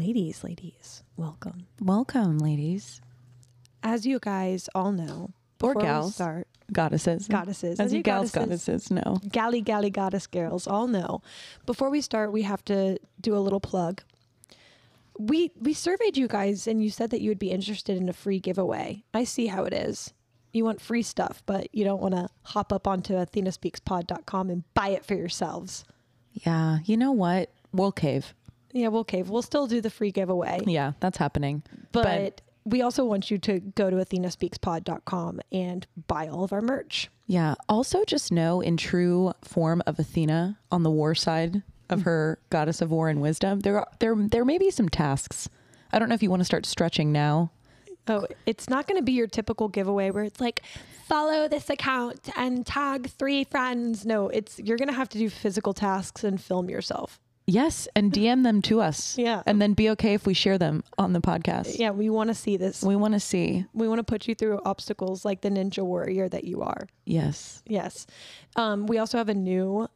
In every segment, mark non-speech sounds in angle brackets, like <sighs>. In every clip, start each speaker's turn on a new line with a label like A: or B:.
A: Ladies, ladies, welcome.
B: Welcome, ladies,
A: As you guys all know,
B: Or
A: before we
B: gals.
A: start
B: goddesses,
A: goddesses,
B: as you gals, goddesses, know.
A: galley galley goddess girls all know. Before we start, we have to do a little plug. We we surveyed you guys, and you said that you would be interested in a free giveaway. I see how it is. You want free stuff, but you don't want to hop up onto athenaspeakspod.com and buy it for yourselves.
B: Yeah, you know what? We'll cave.
A: Yeah, we'll cave. We'll still do the free giveaway.
B: Yeah, that's happening.
A: but, we also want you to go to athenaspeakspod.com and buy all of our merch.
B: yeah, also just know in true form of Athena on the war side of her goddess of war and wisdom, there are there there may be some tasks. I don't know if you want to start stretching now.
A: Oh, it's not going to be your typical giveaway where it's like follow this account and tag three friends. No, it's you're going to have to do physical tasks and film yourself.
B: Yes, <laughs> and DM them to us.
A: Yeah.
B: and then be okay if we share them on the podcast.
A: Yeah, we want to see this.
B: We want to see.
A: We want to put you through obstacles like the ninja warrior that you are.
B: Yes.
A: Yes. Um, we also have a new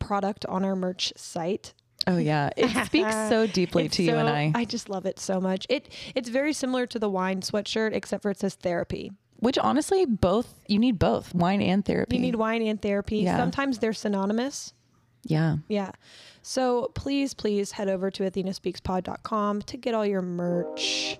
A: product on our merch site
B: Oh yeah, <laughs> it speaks so deeply
A: It's
B: to you and
A: so-
B: I.
A: I just love it so much. It it's very similar to the wine sweatshirt, except for it says therapy.
B: Which honestly, both you need both wine and therapy.
A: You need wine and therapy.
B: Yeah.
A: Sometimes they're synonymous.
B: yeah.
A: Yeah. So please, please head over to athenaspeakspod.com to get all your merch.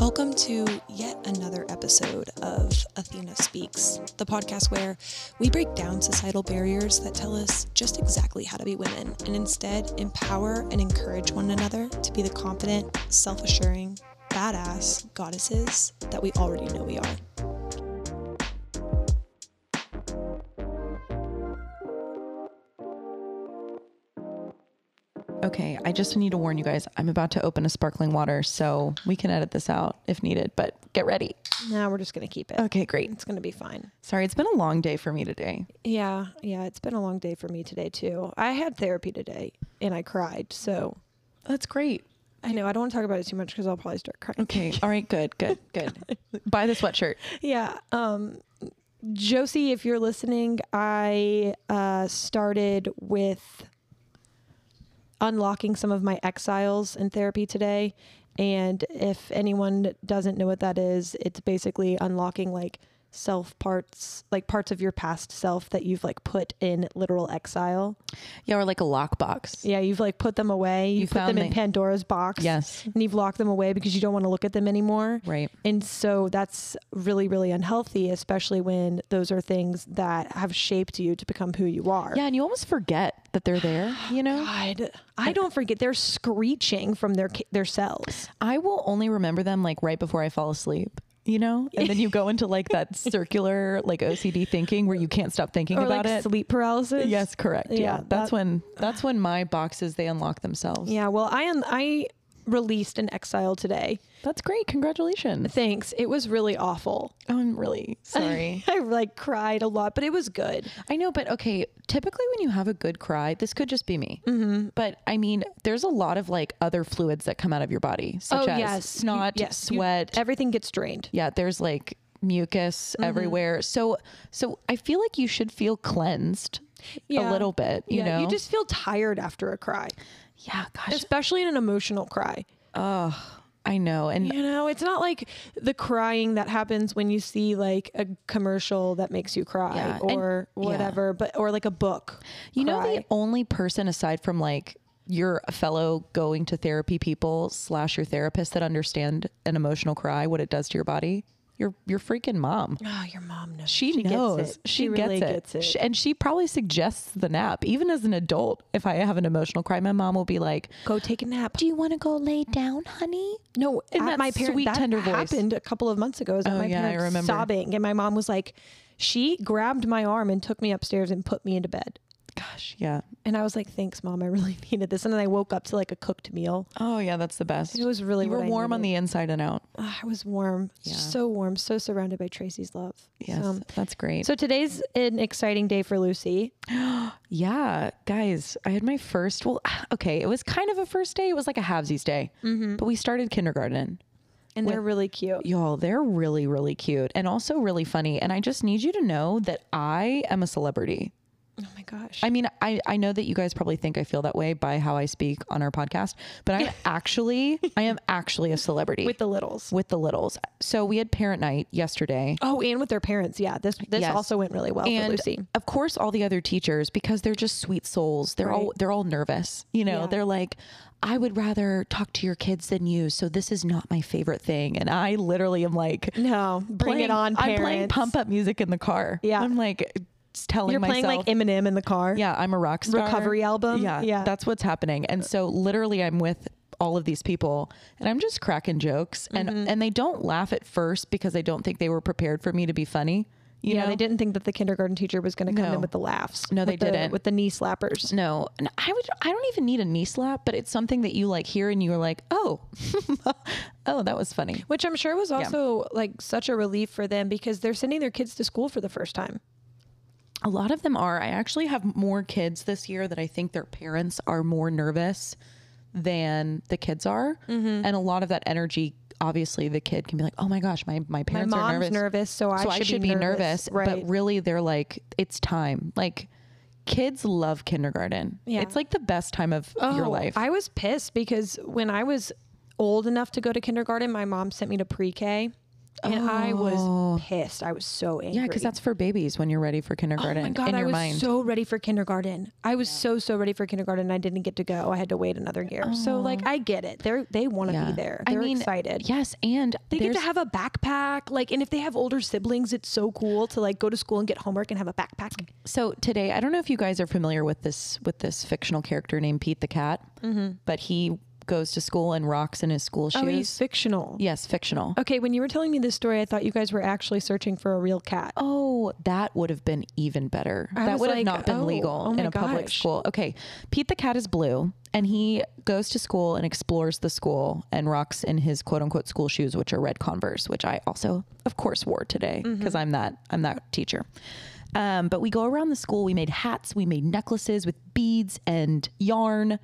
A: Welcome to yet another episode of Athena Speaks, the podcast where we break down societal barriers that tell us just exactly how to be women and instead empower and encourage one another to be the confident, self assuring, badass goddesses that we already know we are.
B: Okay, I just need to warn you guys. I'm about to open a sparkling water, so we can edit this out if needed. But get ready.
A: Now we're just going to keep it.
B: Okay, great.
A: It's going to be fine.
B: Sorry, it's been a long day for me today.
A: Yeah, yeah, it's been a long day for me today too. I had therapy today and I cried. So
B: That's great.
A: I know I don't want to talk about it too much because I'll probably start crying.
B: Okay. All right. Good. Good. <laughs> Good. Buy the sweatshirt.
A: <laughs> Yeah. Um, Josie, if you're listening, I uh, started with unlocking some of my exiles in therapy today. And if anyone doesn't know what that is, it's basically unlocking like self parts, like parts of your past self that you've like put in literal exile.
B: Yeah, or like a lockbox.
A: Yeah, you've like put them away. You,
B: You
A: put them
B: found
A: in
B: the-
A: Pandora's box.
B: Yes.
A: And you've locked them away because you don't want to look at them anymore.
B: Right.
A: And so that's really, really unhealthy, especially when those are things that have shaped you to become who you are.
B: Yeah, and you almost forget that they're there. You <gasps> know.
A: God, I don't forget. They're screeching from their ca- their cells.
B: I will only remember them like right before I fall asleep, you know? And then you go into like <laughs> that circular like OCD thinking where you can't stop thinking
A: Or
B: about
A: like
B: it.
A: sleep paralysis.
B: Yes, correct. Yeah.
A: Yeah,
B: That's
A: that-
B: when that's when my boxes they unlock themselves.
A: Yeah. Well, I am. I released an exile today.
B: That's great. Congratulations.
A: <laughs> Thanks. It was really awful. <laughs>
B: Oh, I'm really sorry.
A: I like cried a lot, but it was good.
B: <laughs> I know, but okay, typically when you have a good cry, this could just be me. Mm-hmm. But I mean, there's a lot of like other fluids that come out of your body, such as
A: You-
B: snot,
A: Oh, yes, you-
B: sweat,
A: everything gets drained.
B: yeah there's like mucus
A: Mm-hmm.
B: everywhere so so i feel like you should feel cleansed
A: Yeah.
B: a little bit you know
A: you just feel tired after a cry,
B: yeah gosh
A: especially in an emotional cry.
B: i know and
A: You know, it's not like the crying that happens when you see like a commercial that makes you cry
B: Yeah, and-
A: or
B: yeah.
A: whatever, but or like a book.
B: you know the
A: cry.
B: only person aside from like your fellow going to therapy people slash your therapist that understand an emotional cry what it does to your body your your freaking mom
A: oh, your mom knows.
B: she,
A: gets
B: knows
A: it. She, really gets it.
B: She- and she probably suggests the nap even as an adult if i have an emotional cry my mom will be like
A: Go take a nap.
B: do you want to go lay down honey
A: No,
B: In
A: at
B: that
A: my parents.
B: sweet,
A: that
B: tender voice.
A: happened a couple of months ago. I was at
B: Oh,
A: my
B: yeah, I
A: parents
B: remember.
A: sobbing, and my mom was like, she grabbed my arm and took me upstairs and put me into bed.
B: gosh yeah
A: And I was like, thanks, mom. I really <laughs> needed this. And then I woke up to like a cooked meal.
B: Oh yeah, that's the best.
A: It was really
B: you were
A: what I
B: warm on
A: needed.
B: the inside and out.
A: Ah, I was warm, so warm, so surrounded by Tracy's love.
B: Yes,
A: So,
B: that's great.
A: so today's an exciting day for Lucy.
B: yeah, guys, I had my first. Well, <sighs> okay, it was kind of a first day. It was like a halvesies day, but we started kindergarten.
A: And they're really cute.
B: Y'all, they're really, really cute and also really funny. And I just need you to know that I am a celebrity.
A: Oh my gosh.
B: I mean, I, I know that you guys probably think I feel that way by how I speak on our podcast, but I'm actually I am actually a celebrity
A: with the littles.
B: with the littles. So we had parent night yesterday.
A: Oh, and with their parents. Yeah. This this
B: Yes.
A: also went really well for
B: and
A: Lucy.
B: of course all the other teachers because they're just sweet souls they're all
A: Right.
B: they're all nervous you know
A: Yeah.
B: they're like i would rather talk to your kids than you so this is not my favorite thing and i literally am like
A: No, bring
B: playing-
A: it on,
B: i'm
A: parents.
B: playing pump up music in the car
A: Yeah.
B: i'm like s- telling
A: You're
B: myself
A: playing like Eminem in the car.
B: yeah i'm a rock star
A: recovery album.
B: yeah
A: Yeah.
B: that's what's happening and so literally i'm with all of these people and i'm just cracking jokes
A: Mm-hmm.
B: and and they don't laugh at first because i don't think they were prepared for me to be funny you
A: yeah,
B: know
A: they didn't think that the kindergarten teacher was going to come
B: No.
A: in with the laughs.
B: No, they
A: with the-
B: didn't.
A: With the knee slappers.
B: No, and I would. I don't even need a knee slap, but it's something that you like hear and you're like, oh, <laughs> oh, that was funny.
A: Which I'm sure was also like such a relief for them because they're sending their kids to school for the first time.
B: A lot of them are. I actually have more kids this year that I think their parents are more nervous than the kids are,
A: Mm-hmm.
B: and a lot of that energy. Obviously, the kid can be like, "Oh my gosh, my my
A: My
B: parents
A: mom's
B: are nervous,
A: nervous, so I
B: so
A: should, be, nervous. Right.
B: But really, they're like, "It's time." Like, kids love kindergarten.
A: Yeah.
B: it's like the best time of your
A: Oh,
B: life.
A: I was pissed because when I was old enough to go to kindergarten, my mom sent me to pre-K, and I was pissed. I was so angry.
B: Oh. yeah, because that's for babies when you're ready for kindergarten
A: Oh my god!
B: in
A: I
B: your
A: was
B: mind.
A: so ready for kindergarten. I was so so ready for kindergarten. and I didn't get to go. I had to wait another year. So like, I get it. They're they want to
B: Oh. Yeah.
A: be there. They're excited.
B: Yes, and
A: They get to
B: there's-
A: have a backpack. Like, and if they have older siblings, it's so cool to like go to school and get homework and have a backpack.
B: so today. I don't know if you guys are familiar with this with this fictional character named Pete the Cat,
A: Mm-hmm.
B: but he goes to school and rocks in his school
A: Oh,
B: shoes.
A: fictional.
B: yes, fictional.
A: Okay, when you were telling me this story, I thought you guys were actually searching for a real cat.
B: Oh, that would have been even better.
A: I
B: that
A: was
B: would have
A: like,
B: not been
A: oh,
B: legal
A: oh
B: in
A: my
B: a public
A: gosh.
B: school. Okay. Pete the cat is blue and he goes to school and explores the school and rocks in his quote unquote school shoes, which are red Converse, which I also, of course, wore today
A: Mm-hmm.
B: because I'm that I'm that teacher. Um, but we go around the school. We made hats. We made necklaces with beads and yarn.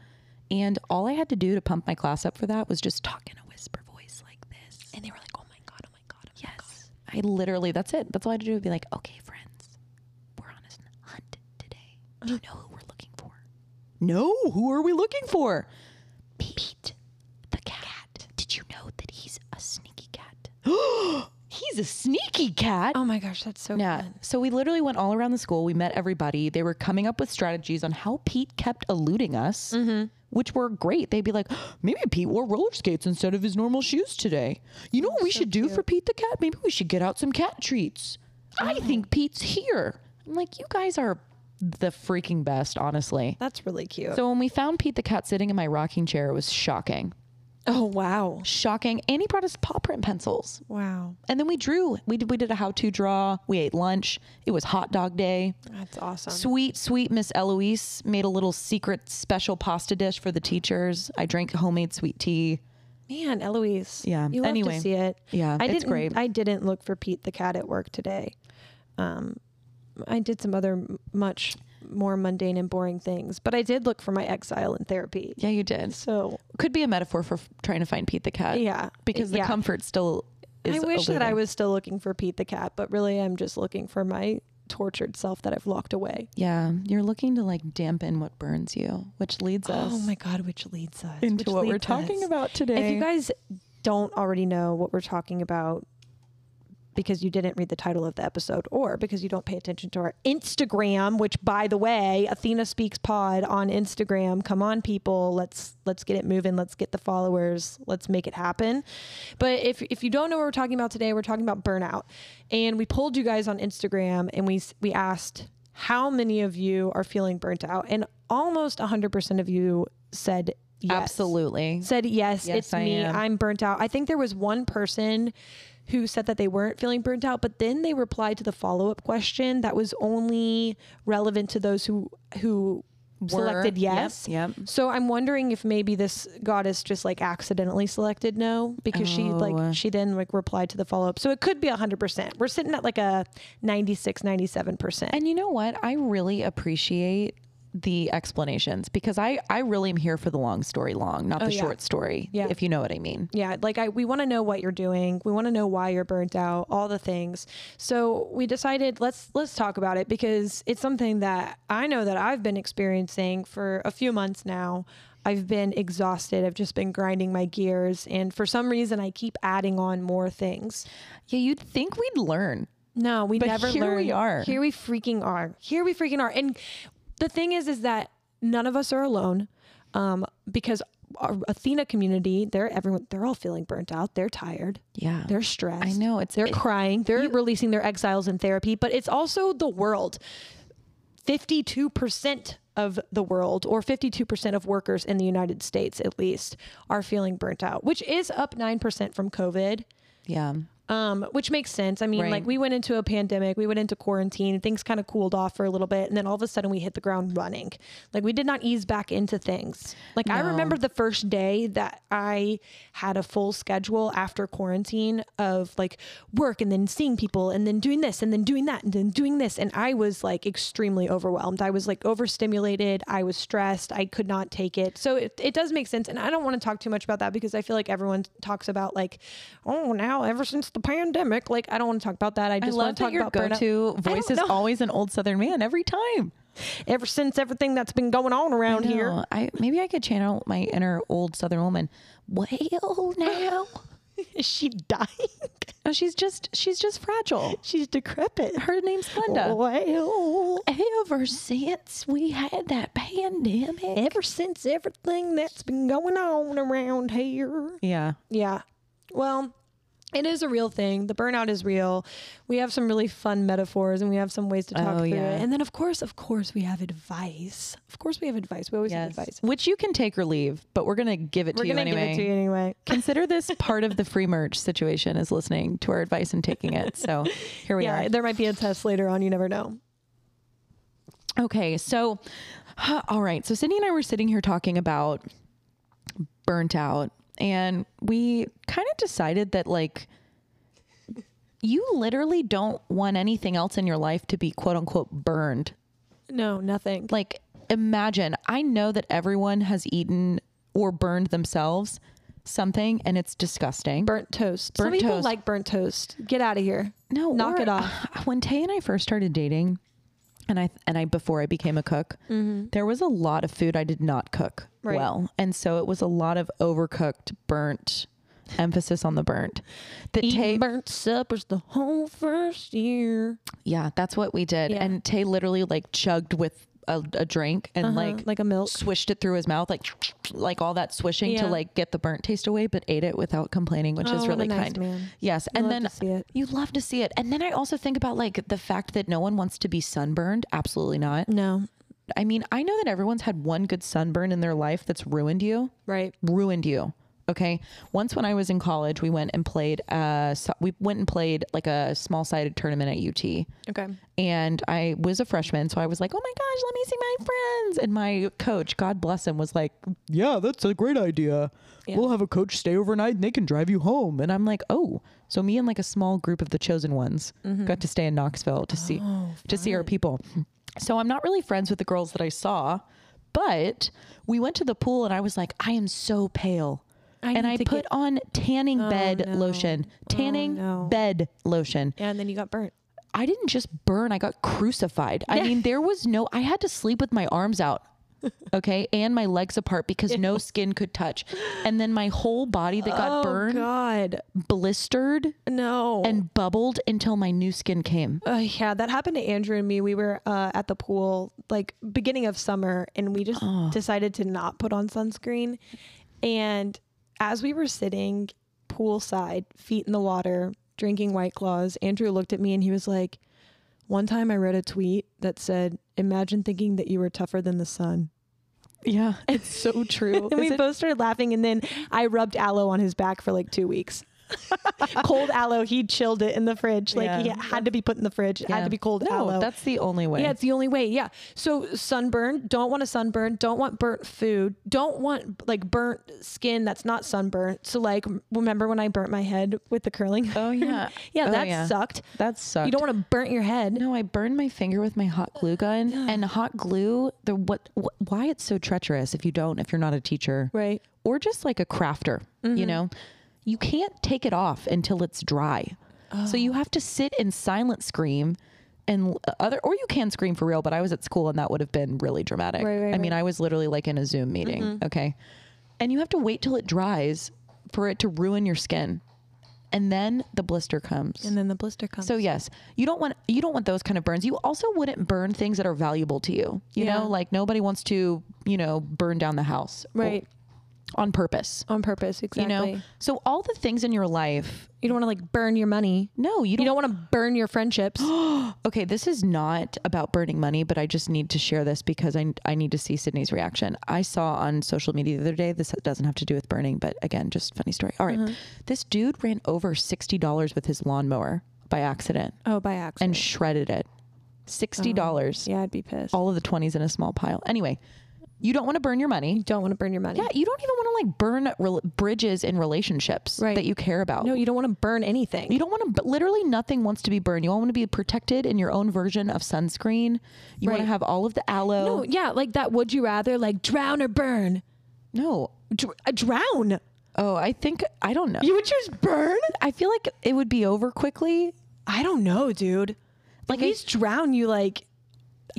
B: And all I had to do to pump my class up for that was just talk in a whisper voice like this.
A: And they were like, oh my God, oh my God, oh my
B: Yes. I literally, that's it. That's all I had to do. Be like, okay, friends, we're on a hunt today. Do you know who we're looking for? No, who are we looking for? Pete, the cat. Did you know that he's a sneaky cat? <gasps> he's a sneaky cat.
A: God. Oh my gosh, that's so
B: yeah.
A: fun.
B: So we literally went all around the school. We met everybody. They were coming up with strategies on how Pete kept eluding us, which were great. They'd be like, <gasps> maybe Pete wore roller skates instead of his normal shoes today. You know what we should do for Pete the cat? Maybe we should get out some cat treats. I think Pete's here. I'm like, you guys are the freaking best, honestly.
A: That's really cute.
B: So when we found Pete the cat sitting in my rocking chair, it was shocking.
A: oh wow.
B: Shocking. And he brought us paw print pencils.
A: Wow.
B: And then we drew. We did, we did a how to draw. We ate lunch. It was hot dog day.
A: That's awesome.
B: Sweet, sweet Miss Eloise made a little secret special pasta dish for the teachers. I drank homemade sweet tea.
A: Man, Eloise.
B: Yeah,
A: You love
B: anyway.
A: to see it.
B: Yeah,
A: I
B: it's
A: didn't,
B: great.
A: I didn't look for Pete the cat at work today. Um, I did some other m- much more mundane and boring things, but I did look for my exile in therapy.
B: Yeah, you did.
A: So
B: Could be a metaphor for f- trying to find Pete the cat.
A: yeah,
B: Because the
A: yeah.
B: comfort still
A: I
B: is.
A: wish that
B: eluding.
A: I was still looking for Pete the cat, but really I'm just looking for my tortured self that I've locked away.
B: Yeah, you're looking to like dampen what burns you, which leads us
A: Oh my God, which leads us
B: into
A: which
B: what we're
A: leads
B: talking
A: us.
B: about today.
A: If you guys don't already know what we're talking about because you didn't read the title of the episode or because you don't pay attention to our Instagram, which by the way, Athena Speaks Pod on Instagram. Come on people, let's let's get it moving, let's get the followers, let's make it happen. But if if you don't know what we're talking about today, we're talking about burnout. And we pulled you guys on Instagram and we s- we asked how many of you are feeling burnt out and almost 100% of you said yes
B: Absolutely.
A: said yes,
B: Yes,
A: it's
B: I
A: me
B: am.
A: i'm burnt out i think there was one person who said that they weren't feeling burnt out but then they replied to the follow-up question that was only relevant to those who who selected
B: Yep,
A: yes
B: Yep.
A: so i'm wondering if maybe this goddess just like accidentally selected no because she
B: Oh.
A: like she then like replied to the follow-up so it could be 100% we're sitting at like a 96 97%
B: And you know what? I really appreciate the explanations because I I really am here for the long story long, not
A: Oh,
B: the
A: yeah.
B: short story.
A: Yeah.
B: If you know what I mean.
A: Yeah, like I we want to know what you're doing. We want to know why you're burnt out, all the things. So we decided let's let's talk about it because it's something that I know that I've been experiencing for a few months now. I've been exhausted. I've just been grinding my gears and for some reason I keep adding on more things.
B: Yeah, you'd think we'd learn.
A: No, we
B: But
A: never
B: here
A: learn.
B: we are.
A: Here we freaking are. Here we freaking are. And the thing is, is that none of us are alone, um, because our Athena community, they're everyone, they're all feeling burnt out. They're tired.
B: Yeah.
A: They're stressed.
B: I know, it's-
A: they're
B: it-
A: crying. They're releasing their exiles in therapy. But it's also the world. Fifty-two percent of the world, or fifty-two percent of workers in the United States, at least, are feeling burnt out, which is up nine percent from COVID
B: Yeah.
A: um, which makes sense. I mean,
B: Right.
A: like we went into a pandemic, we went into quarantine, things kind of cooled off for a little bit, and then all of a sudden we hit the ground running. Like we did not ease back into things. Like I
B: No.
A: remember the first day that I had a full schedule after quarantine of like work and then seeing people and then doing this and then doing that and then doing this, and I was like extremely overwhelmed. I was like overstimulated. I was stressed. I could not take it. So it, it does make sense, and I don't want to talk too much about that because I feel like everyone talks about like, oh, now ever since the pandemic, like I don't want to talk about that. I
B: I
A: just
B: love
A: want to
B: that
A: talk
B: your
A: about burnout.
B: go-to
A: I don't
B: voice is
A: know.
B: always an old Southern man every time.
A: ever since everything that's been going on around here.
B: No, I maybe I could channel my inner old Southern woman. Well, now
A: <laughs> Is she dying? <laughs>
B: no, she's just she's just fragile.
A: She's decrepit.
B: Her name's Glenda.
A: Well,
B: Ever since we had that pandemic,
A: ever since everything that's been going on around here.
B: yeah,
A: Yeah. Well, it is a real thing. The burnout is real. We have some really fun metaphors and we have some ways to talk
B: Oh,
A: through
B: yeah.
A: it. And then, of course, of course, we have advice. Of course, we have advice. We always have advice.
B: which you can take or leave, but we're gonna give it
A: We're
B: to you <laughs>
A: going to
B: anyway.
A: give it to you anyway.
B: Consider this part of the free merch situation is listening to our advice and taking it. So here
A: <laughs>
B: we
A: Yeah, there might be a test later on. You never know.
B: are. Okay, so <sighs> all right, so Sydney and I were sitting here talking about burnt out, and we kind of decided that like you literally don't want anything else in your life to be quote unquote burned
A: No, nothing.
B: like imagine i know that everyone has eaten or burned themselves something and it's disgusting
A: burnt toast. Some
B: Burnt
A: people
B: toast.
A: like burnt toast. Get out of here.
B: no
A: knock
B: or-
A: it off.
B: <laughs> when tay and i first started dating and i and i before i became a cook there was a lot of food i did not cook
A: Mm-hmm. Right.
B: well and so it was a lot of overcooked burnt emphasis on the burnt that tay
A: Eating burnt suppers the whole first year.
B: yeah that's what we did
A: Yeah.
B: and tay literally like chugged with a, a drink and like
A: Like, like a milk.
B: swished it through his mouth like like all that swishing
A: Yeah.
B: to like get the burnt taste away but ate it without complaining which
A: Oh,
B: is
A: what a
B: really
A: nice
B: kind
A: man.
B: yes and
A: love
B: then
A: to see it.
B: you love to see it and then i also think about like the fact that no one wants to be sunburned absolutely not
A: No.
B: i mean i know that everyone's had one good sunburn in their life that's ruined you
A: Right.
B: ruined you okay once when i was in college we went and played uh so- we went and played like a small sided tournament at ut
A: Okay.
B: and I was a freshman, so I was like, "Oh my gosh, let me see my friends!" And my coach, God bless him, was like, "Yeah, that's a great idea.
A: Yeah.
B: We'll have a coach stay overnight, and they can drive you home." And I'm like, "Oh." So me and like a small group of the chosen ones
A: Mm-hmm.
B: got to stay in Knoxville to see
A: <gasps>
B: to see our people. So I'm not really friends with the girls that I saw, but we went to the pool, and I was like, "I am so pale."
A: I
B: and
A: need
B: I
A: to
B: put
A: get- Oh,
B: on tanning bed
A: no. Oh,
B: lotion, tanning
A: no.
B: bed lotion.
A: And then you got burnt.
B: I didn't just burn, I got crucified. I
A: Yeah.
B: mean, there was no, I had to sleep with my
A: <laughs>
B: arms out, okay, and my legs apart because no skin could touch. And then my whole body that got burned,
A: Oh, God.
B: blistered,
A: No.
B: and bubbled until my new skin came.
A: Uh, yeah, that happened to Andrew and me. We were uh, at the pool like beginning of summer, and we just decided to not put on sunscreen. And as we were sitting poolside, feet in the water, drinking White Claws, Andrew looked at me and he was like, "One time I read a tweet that said, imagine thinking that you were tougher than the sun.'"
B: Yeah, it's so true.
A: <laughs>
B: <laughs>
A: And we both started laughing, and then I rubbed aloe on his back for like two weeks. <laughs> cold aloe. He chilled it in the fridge. Like
B: Yeah.
A: it had to be put in the fridge. It had
B: Yeah.
A: to be cold
B: no,
A: aloe.
B: that's the only way.
A: yeah, it's the only way. Yeah. So sunburn. Don't want a sunburn. Don't want burnt food. Don't want like burnt skin that's not sunburnt. So like remember when I burnt my head with the curling?
B: oh yeah,
A: <laughs> yeah,
B: Oh,
A: that
B: yeah.
A: sucked.
B: That sucks.
A: You don't want to burn your head.
B: No, I burned my finger with my hot glue gun, and hot glue. The what? Wh- why it's so treacherous? If you don't, if you're not a teacher,
A: Right.
B: or just like a crafter,
A: Mm-hmm.
B: you know, you can't take it off until it's dry. So you have to sit and silent scream, and l- uh, other, or you can scream for real. But I was at school, and that would have been really dramatic.
A: Right, right, Mm-hmm.
B: I mean, I was literally like in a Zoom meeting. Okay, and you have to wait till it dries for it to ruin your skin, and then the blister comes.
A: And then the blister comes.
B: So yes, you don't want you don't want those kind of burns. You also wouldn't burn things that are valuable to you. You
A: Yeah.
B: know, like nobody wants to, you know, burn down the house
A: right.
B: on purpose.
A: On purpose. Exactly.
B: You know. So all the things in your life,
A: You don't want to like burn your money.
B: no, you
A: You
B: don't,
A: don't want to burn your friendships. <gasps>
B: Okay, this is not about burning money, but I just need to share this because I I need to see Sydney's reaction. I saw on social media the other day. This doesn't have to do with burning, but again, just funny story. All right.
A: Uh-huh.
B: this dude ran over sixty dollars with his lawnmower by accident
A: oh, by accident.
B: and shredded it. Sixty dollars.
A: Uh-huh. yeah, I'd be pissed.
B: all of the 20s in a small pile. Anyway, you don't want to burn your money.
A: You don't want to burn your money.
B: Yeah, you don't even want to like burn rel bridges in relationships
A: Right.
B: that you care about.
A: No, you don't want to burn anything.
B: You don't want to, literally, nothing wants to be burned. You all want to be protected in your own version of sunscreen. You want
A: Right.
B: to have all of the
A: No,
B: aloe.
A: yeah, like that. Would you rather like drown or burn?
B: No.
A: Dr- uh, drown.
B: Oh, I think, I don't know.
A: You would choose burn?
B: I feel like it would be over quickly.
A: I don't know, dude. Like
B: Like,
A: at
B: I-
A: least drown you like.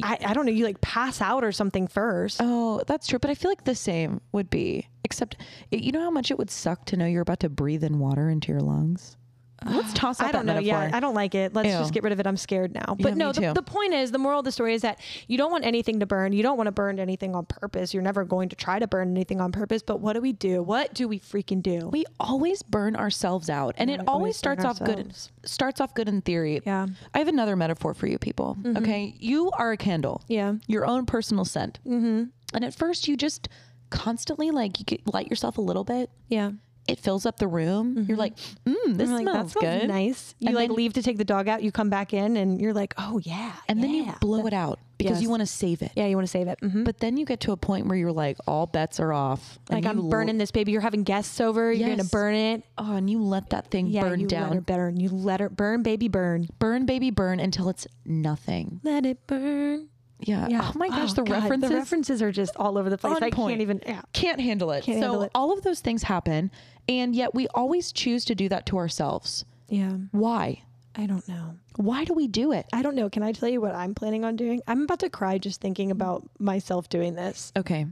A: I, I don't know. You like pass out or something first.
B: Oh, that's true. But I feel like the same would be, except it, you know how much it would suck to know you're about to breathe in water into your lungs? Let's toss out
A: I don't
B: that
A: know.
B: metaphor.
A: Yeah, I don't like it. Let's
B: Ew.
A: just get rid of it. I'm scared now.
B: Yeah,
A: But
B: me
A: no, the,
B: too.
A: the point is, the moral of the story is that you don't want anything to burn. You don't want to burn anything on purpose. You're never going to try to burn anything on purpose. But what do we do? What do we freaking do?
B: we always burn ourselves out and it
A: we always
B: always
A: burn
B: starts off good
A: ourselves.
B: starts off good in theory
A: Yeah. Mm-hmm.
B: i have another metaphor for you people okay you are a candle
A: Yeah.
B: your own personal scent mm-hmm. and at first you just constantly like you get, light yourself a little bit
A: Yeah.
B: it fills up the room you're like mm this
A: You're Mm-hmm. like, that
B: smells
A: smells
B: good
A: nice. You
B: And
A: like
B: then-
A: leave to take the dog out. You come back in and you're like, oh yeah.
B: and then you
A: yeah."
B: blow it out because
A: Yes.
B: you want to save it
A: yeah, you want to save it. hmm
B: but then you get to a point where you're like all bets are off and
A: Like I'm
B: you
A: burning this baby. You're having guests over. You're gonna
B: Yes.
A: burn it.
B: l- oh and you let that thing
A: Yeah,
B: burn
A: you let her
B: down
A: burn. You let her burn, baby, burn.
B: burn baby burn until it's nothing
A: Let it burn.
B: yeah,
A: Yeah.
B: oh my gosh
A: Oh,
B: the
A: God,
B: references
A: The references are just all over the place.
B: On
A: I
B: point.
A: can't even. Yeah.
B: can't handle it.
A: Can't
B: so
A: handle it.
B: all of those things happen, and yet we always choose to do that to ourselves.
A: Yeah.
B: Why?
A: I don't know.
B: Why do we do it?
A: I don't know. Can I tell you what I'm planning on doing? I'm about to cry just thinking about myself doing this.
B: Okay.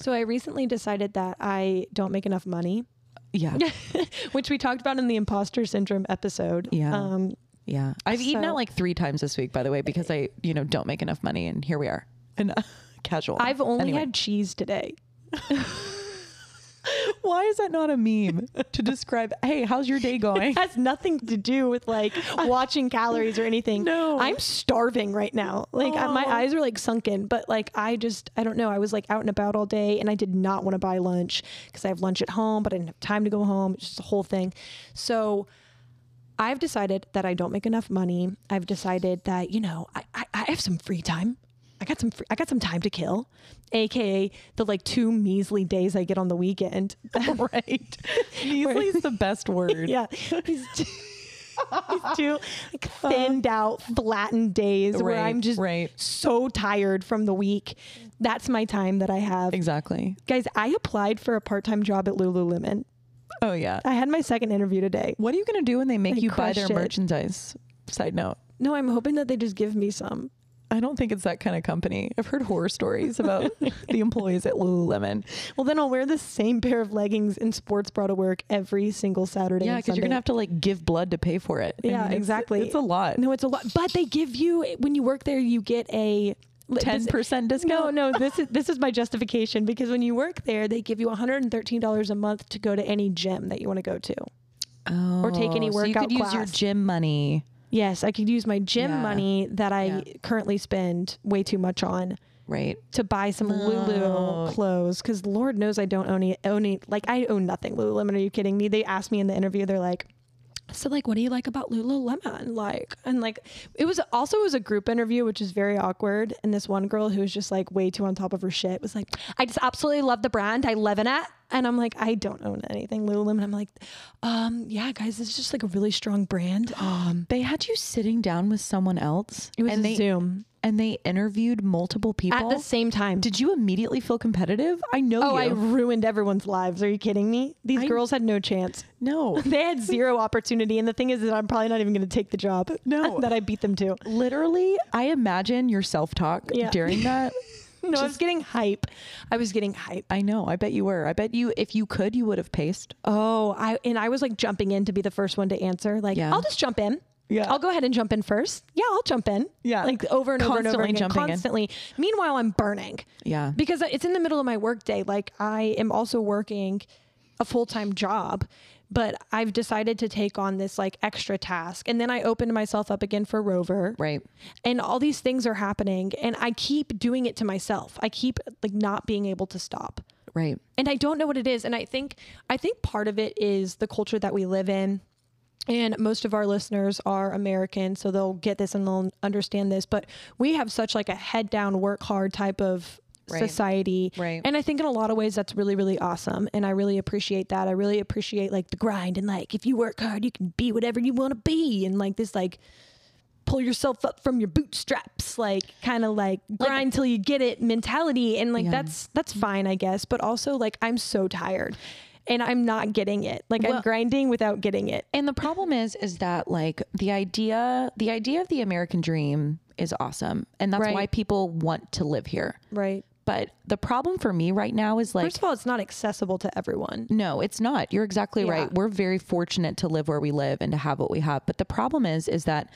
A: So I recently decided that I don't make enough money,
B: Yeah.
A: which we talked about in the imposter syndrome episode.
B: Yeah.
A: Um,
B: Yeah. I've eaten
A: So-
B: out like three times this week, by the way, because I, you know, don't make enough money, and here we are. <laughs> And uh, casual.
A: I've only
B: Anyway.
A: had cheese today.
B: Why is that not a meme to describe? <laughs> Hey, how's your day <laughs> going?
A: It has nothing to do with like watching calories or anything.
B: No.
A: I'm starving right now. Like I- my
B: Oh.
A: eyes are like sunken, but like I just I don't know. I was like out and about all day and I did not want to buy lunch because I have lunch at home, but I didn't have time to go home. It's just a whole thing. So I've decided that I don't make enough money. I've decided that, you know, I, I, I have some free time. I got some free, I got some time to kill, aka the like two measly days I get on the weekend. <laughs>
B: right. Measly <laughs> is the best word.
A: Yeah. <laughs> These two, these
B: <laughs>
A: two like, thinned out, flattened days where
B: Right,
A: I'm just
B: right.
A: so tired from the week. That's my time that I have.
B: Exactly.
A: Guys, I applied for a part time job at Lululemon.
B: Oh yeah.
A: I had my second interview today.
B: What are you gonna do when they make
A: I
B: you buy their
A: crushed it.
B: merchandise? Side note.
A: No, I'm hoping that they just give me some.
B: I don't think it's that kind of company. I've heard horror stories about <laughs> the employees at Lululemon.
A: Well, then I'll wear the same pair of leggings and sports bra to work every single Saturday.
B: Yeah,
A: and
B: because you're
A: Sunday.
B: gonna have to like give blood to pay for it. I
A: Yeah,
B: mean, it's-
A: exactly.
B: It's a lot.
A: No, it's a lot. But they give you when you work there, you get a
B: Ten percent
A: No,
B: discount.
A: no, this is this is my justification because when you work there, they give you $113 a month to go to any gym that you want to go to.
B: Oh,
A: or take any
B: so you
A: workout
B: could use your
A: class.
B: gym money.
A: Yes, I could use my gym
B: Yeah.
A: money that I
B: Yeah.
A: currently spend way too much on
B: Right.
A: to buy some
B: No.
A: Lulu clothes because Lord knows I don't own any, own any, like I own nothing Lululemon. Are you kidding me? They asked me in the interview, they're like, So like, what do you like about Lululemon? Like, and like, it was also it was a group interview, which is very awkward. And this one girl who was just like way too on top of her shit was like, I just absolutely love the brand. I live in it. And I'm like, I don't own anything Lululemon. I'm like, um, yeah, guys, this is just like a really strong brand. Um,
B: They had you sitting down with someone else.
A: it was
B: and
A: a
B: they
A: Zoom
B: and they interviewed multiple people.
A: at the same time.
B: Did you immediately feel competitive? I know
A: oh, I
B: you.
A: ruined everyone's lives. Are you kidding me? These
B: I-
A: girls had no chance.
B: no.
A: They <laughs> had zero opportunity. And the thing is that I'm probably not even going to take the <laughs> job.
B: No.
A: that I beat them to.
B: Literally, I imagine your self-talk
A: Yeah. <laughs>
B: during that.
A: No, I was getting hype. I was getting hype.
B: I know. I bet you were. I bet you if you could, you would have paced.
A: Oh, I and I was like jumping in to be the first one to answer. Like,
B: Yeah.
A: I'll just jump in.
B: Yeah.
A: I'll go ahead and jump in first. Yeah, I'll jump in.
B: Yeah.
A: Like over and over and over
B: Constantly
A: again.
B: jumping in.
A: constantly. Meanwhile, I'm burning.
B: Yeah.
A: Because it's in the middle of my workday. Like I am also working a full time job, but I've decided to take on this like extra task. And then I opened myself up again for Rover.
B: Right.
A: and all these things are happening and i keep doing it to myself i keep like not being able to stop
B: Right.
A: and i don't know what it is and i think i think part of it is the culture that we live in and most of our listeners are american so they'll get this and they'll understand this but we have such like a head down work hard type of
B: Right.
A: society
B: Right.
A: and i think in a lot of ways that's really really awesome and i really appreciate that i really appreciate like the grind and like if you work hard you can be whatever you want to be and like this like pull yourself up from your bootstraps like kind of like grind till you get it mentality and like
B: Yeah.
A: that's that's fine i guess but also like i'm so tired and i'm not getting it like i'm
B: Well-
A: grinding without getting it
B: And the problem is, is that like the idea, the idea of the American dream is awesome, and that's
A: Right.
B: why people want to live here.
A: right
B: But the problem for me right now is like,
A: first of all it's not accessible to everyone
B: no, it's not. You're exactly
A: Yeah.
B: right. We're very fortunate to live where we live and to have what we have. But the problem is, is that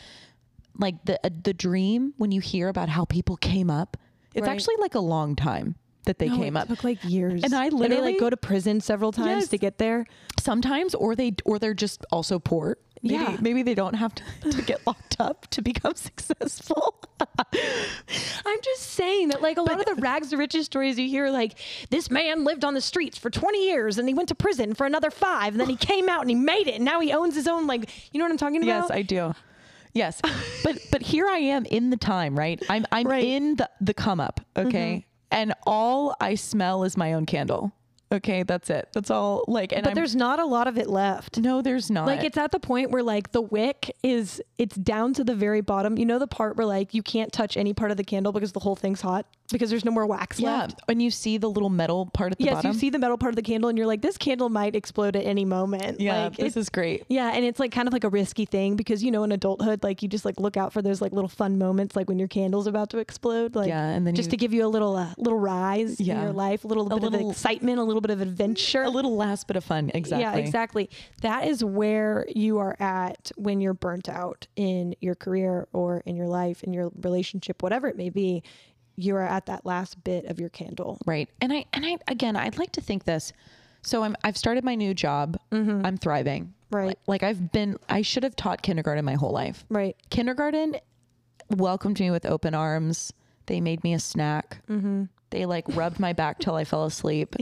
B: like the uh, the dream when you hear about how people came up, it's
A: Right.
B: actually like a long time that they came up.
A: took like years
B: And I
A: they
B: literally-
A: like go to prison several times
B: Yes.
A: to get there
B: sometimes or they or they're just also poor maybe,
A: Yeah.
B: maybe they don't have to, to get locked up to become <laughs> successful
A: I'm just saying that, like, a lot of the rags to riches stories you hear, like, this man lived on the streets for 20 years and he went to prison for another five, and
B: <sighs>
A: then he came out and he made it, and now he owns his own, like, you know what I'm talking about?
B: yes i do yes but but here i am in the time right i'm i'm
A: Right. Mm-hmm.
B: in the the come up okay and all i smell is my own candle okay that's it that's all like and
A: but
B: I'm,
A: there's not a lot of it left.
B: no there's not
A: Like it's at the point where like the wick is it's down to the very bottom. You know the part where like you can't touch any part of the candle because the whole thing's hot because there's no more wax
B: yeah
A: left.
B: and you see the little metal part at the
A: Yes,
B: bottom
A: you see the metal part of the candle and you're like, this candle might explode at any moment.
B: yeah
A: like,
B: this
A: it-
B: is great
A: yeah, and it's like kind of like a risky thing because you know in adulthood, like you just like look out for those like little fun moments, like when your candle's about to explode, like
B: Yeah, and then
A: just
B: you-
A: to give you a little uh, little rise
B: Yeah.
A: in your life, a little bit of
B: little-
A: excitement, a little bit of adventure,
B: a little last bit of fun exactly
A: yeah, exactly. That is where you are at when you're burnt out in your career or in your life, in your relationship, whatever it may be. You are at that last bit of your candle.
B: Right. And I and I again, I'd like to think this. So I'm I've started my new job. I'm thriving.
A: Mm-hmm. Right.
B: Like, like I've been I should have taught kindergarten my whole life.
A: Right.
B: Kindergarten welcomed me with open arms. They made me a snack. Mm-hmm. They like rubbed my back till I
A: <laughs>
B: fell asleep.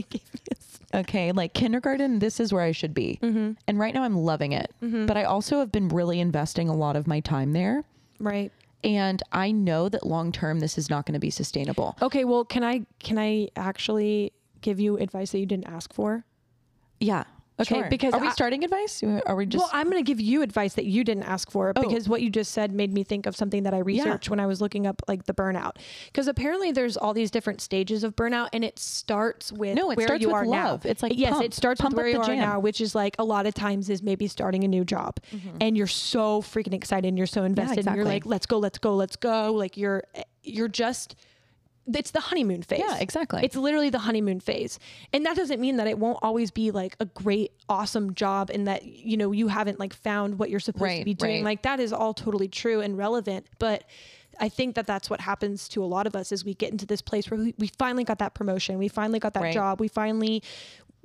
B: Okay, like kindergarten, this is where I should be.
A: Mm-hmm.
B: And right now I'm loving it. But I also have been really investing a lot of my time there.
A: Right.
B: And I know that long term, this is not going to be sustainable.
A: Okay. Well, can I can I actually give you advice that you didn't ask for?
B: Yeah.
A: Okay,
B: Sure.
A: because
B: are we
A: I-
B: starting advice? Are we just Oh.
A: well, I'm going to give you advice that you didn't ask for because what you just said made me think of something that I researched when I was looking up like the burnout. Because apparently there's all these different stages of burnout, and it starts with
B: No, it
A: where
B: starts
A: you
B: with
A: are
B: love.
A: now.
B: It's like
A: yes,
B: pump.
A: it starts
B: Pump
A: with
B: up
A: where you
B: the
A: are
B: jam.
A: now, which is like a lot of times is maybe starting a new job, and you're so freaking excited, and you're so invested, and
B: Mm-hmm. exactly.
A: you're like, let's go, let's go, let's go. Like you're eh, you're just it's the honeymoon phase.
B: Yeah, exactly.
A: It's literally the honeymoon phase. And that doesn't mean that it won't always be like a great, awesome job and that, you know, you haven't like found what you're supposed
B: Right,
A: to be doing.
B: right.
A: Like that is all totally true and relevant. But I think that that's what happens to a lot of us is we get into this place where we, we finally got that promotion. We finally got that
B: Right.
A: job. We finally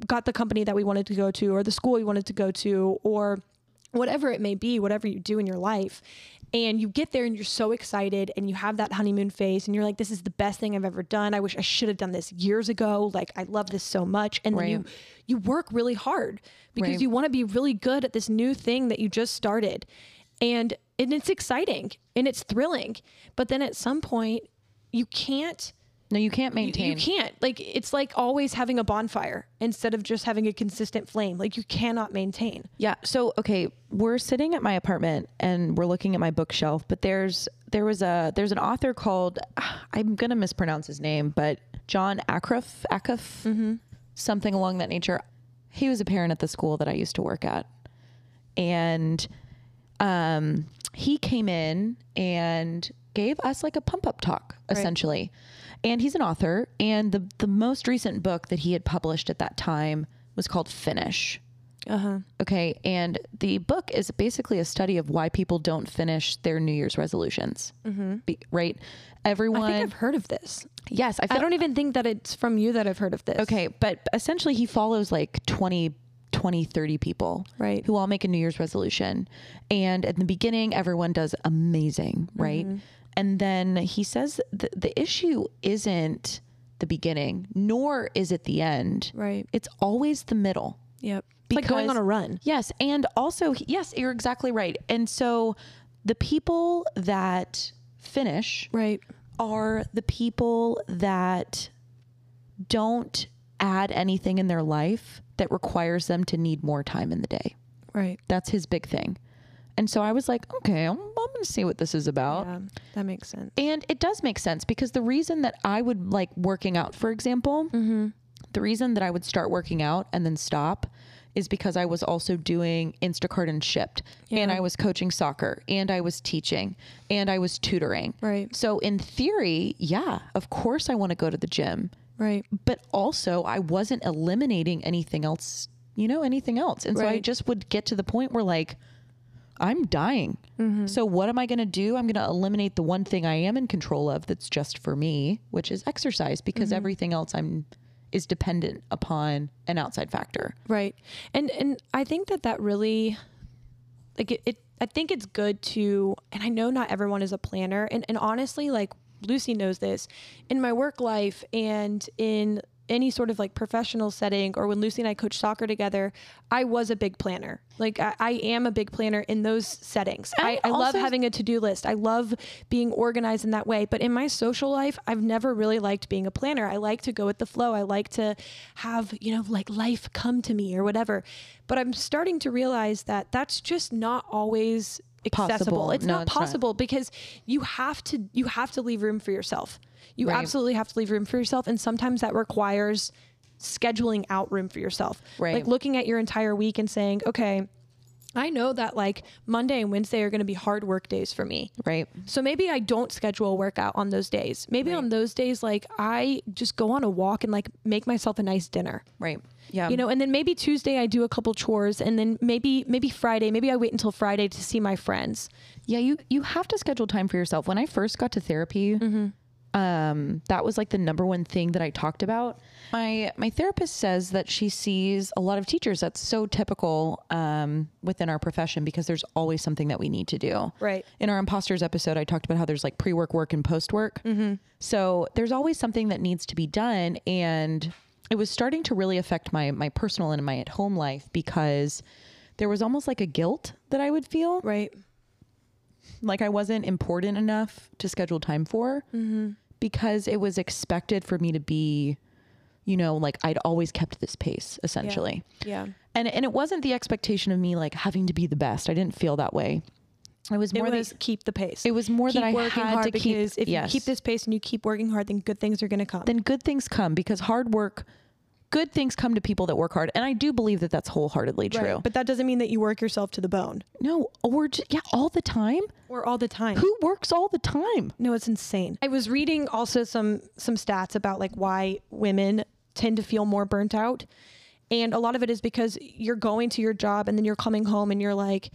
A: got the company that we wanted to go to or the school we wanted to go to or whatever it may be, whatever you do in your life. And you get there and you're so excited and you have that honeymoon phase and you're like, this is the best thing I've ever done. I wish I should have done this years ago. Like, I love this so much. And then
B: Right.
A: you, you work really hard because
B: Right.
A: you want to be really good at this new thing that you just started. And, and it's exciting and it's thrilling. But then at some point, you can't
B: No, you can't
A: you-
B: maintain.
A: You can't. Like it's like always having a bonfire instead of just having a consistent flame. Like you cannot maintain.
B: Yeah. So okay, we're sitting at my apartment and we're looking at my bookshelf, but there's there was a there's an author called <sighs> I'm gonna mispronounce his name, but John Acuff Acuff something along that nature. He was a parent at the school that I used to work at, and um, he came in and gave us like a pump up talk essentially. And he's an author, and the the most recent book that he had published at that time was called Finish. Uh-huh. Okay. And the book is basically a study of why people don't finish their New Year's resolutions. Be, right? Everyone.
A: I think I've heard of this.
B: yes. I, feel,
A: I don't even think that it's from you that I've heard of this.
B: Okay. But essentially, he follows like 20, 20, 30 people.
A: Right.
B: Who all make a New Year's resolution. And at the beginning, everyone does amazing. Right. And then he says th- the issue isn't the beginning, nor is it the end.
A: Right.
B: It's always the middle.
A: Yep. It's like going on
B: Because-
A: a run.
B: Yes. And also, yes, you're exactly right. And so the people that finish
A: Right.
B: are the people that don't add anything in their life that requires them to need more time in the day.
A: Right.
B: That's his big thing. And so I was like, okay, I'm, I'm going to see what this is about.
A: Yeah. That makes sense.
B: And it does make sense because the reason that I would like working out, for example, the reason that I would start working out and then stop is because I was also doing Instacart and Shipped, and I was coaching soccer, and I was teaching, and I was tutoring.
A: Right.
B: So, in theory, yeah, of course I want to go to the gym,
A: Right.
B: but also I wasn't eliminating anything else, you know, anything else. And so I
A: Right.
B: just would get to the point where like, I'm dying. So what am I going to do? I'm going to eliminate the one thing I am in control of that's just for me, which is exercise because everything else I'm is dependent upon an outside factor.
A: Right. And and I think that that really like it, it I think it's good to and I know not everyone is a planner and and honestly like Lucy knows this in my work life and in any sort of like professional setting or when Lucy and I coached soccer together, I was a big planner. Like I, I am a big planner in those settings. I, I
B: And
A: love
B: also-
A: having a to-do list. I love being organized in that way. But in my social life, I've never really liked being a planner. I like to go with the flow. I like to have, you know, like life come to me or whatever. But I'm starting to realize that that's just not always accessible.
B: Possible.
A: It's
B: No,
A: not
B: it's not.
A: possible because you have to you have to leave room for yourself. You
B: Right.
A: absolutely have to leave room for yourself and sometimes that requires scheduling out room for yourself.
B: Right.
A: Like looking at your entire week and saying, "Okay, I know that like Monday and Wednesday are going to be hard work days for me.
B: Right.
A: So maybe I don't schedule a workout on those days. Maybe on those days, like I just go on a walk and like make myself a nice dinner.
B: Right. Yeah.
A: You know, and then maybe Tuesday I do a couple chores and then maybe maybe Friday, maybe I wait until Friday to see my friends.
B: Yeah, you you have to schedule time for yourself. When I first got to therapy, um, that was like the number one thing that I talked about. My my therapist says that she sees a lot of teachers. That's so typical um, within our profession because there's always something that we need to do.
A: Right.
B: In our imposters episode, I talked about how there's like pre work, work, and post work. So there's always something that needs to be done, and it was starting to really affect my my personal and my at home life because there was almost like a guilt that I would feel
A: Right.
B: like I wasn't important enough to schedule time for
A: Mm. Mm-hmm.
B: because it was expected for me to be, you know, like I'd always kept this pace essentially.
A: Yeah.
B: And and it wasn't the expectation of me like having to be the best. I didn't feel that way. It was
A: It
B: more
A: was
B: that
A: keep the pace.
B: it was more
A: keep
B: that I
A: working
B: had
A: hard
B: to keep
A: because if
B: yes.
A: you keep this pace and you keep working hard, then good things are going to come.
B: then good things come because hard work good things come to people that work hard and I do believe that that's wholeheartedly true.
A: But that doesn't mean that you work yourself to the bone
B: no, or j- yeah, all the time.
A: or all the time.
B: Who works all the time?
A: No, it's insane. I was reading also some some stats about like why women tend to feel more burnt out. And a lot of it is because you're going to your job and then you're coming home and you're like,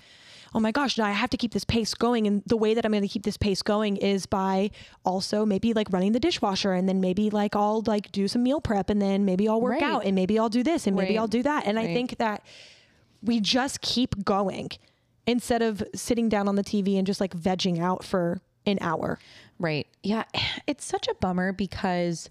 A: oh my gosh, now I have to keep this pace going. And the way that I'm going to keep this pace going is by also maybe like running the dishwasher and then maybe like I'll like do some meal prep and then maybe I'll work
B: Right.
A: out and maybe I'll do this and maybe
B: Right.
A: I'll do that. And I
B: Right.
A: think that we just keep going instead of sitting down on the TV and just like vegging out for an hour.
B: Right. Yeah. <sighs> It's such a bummer because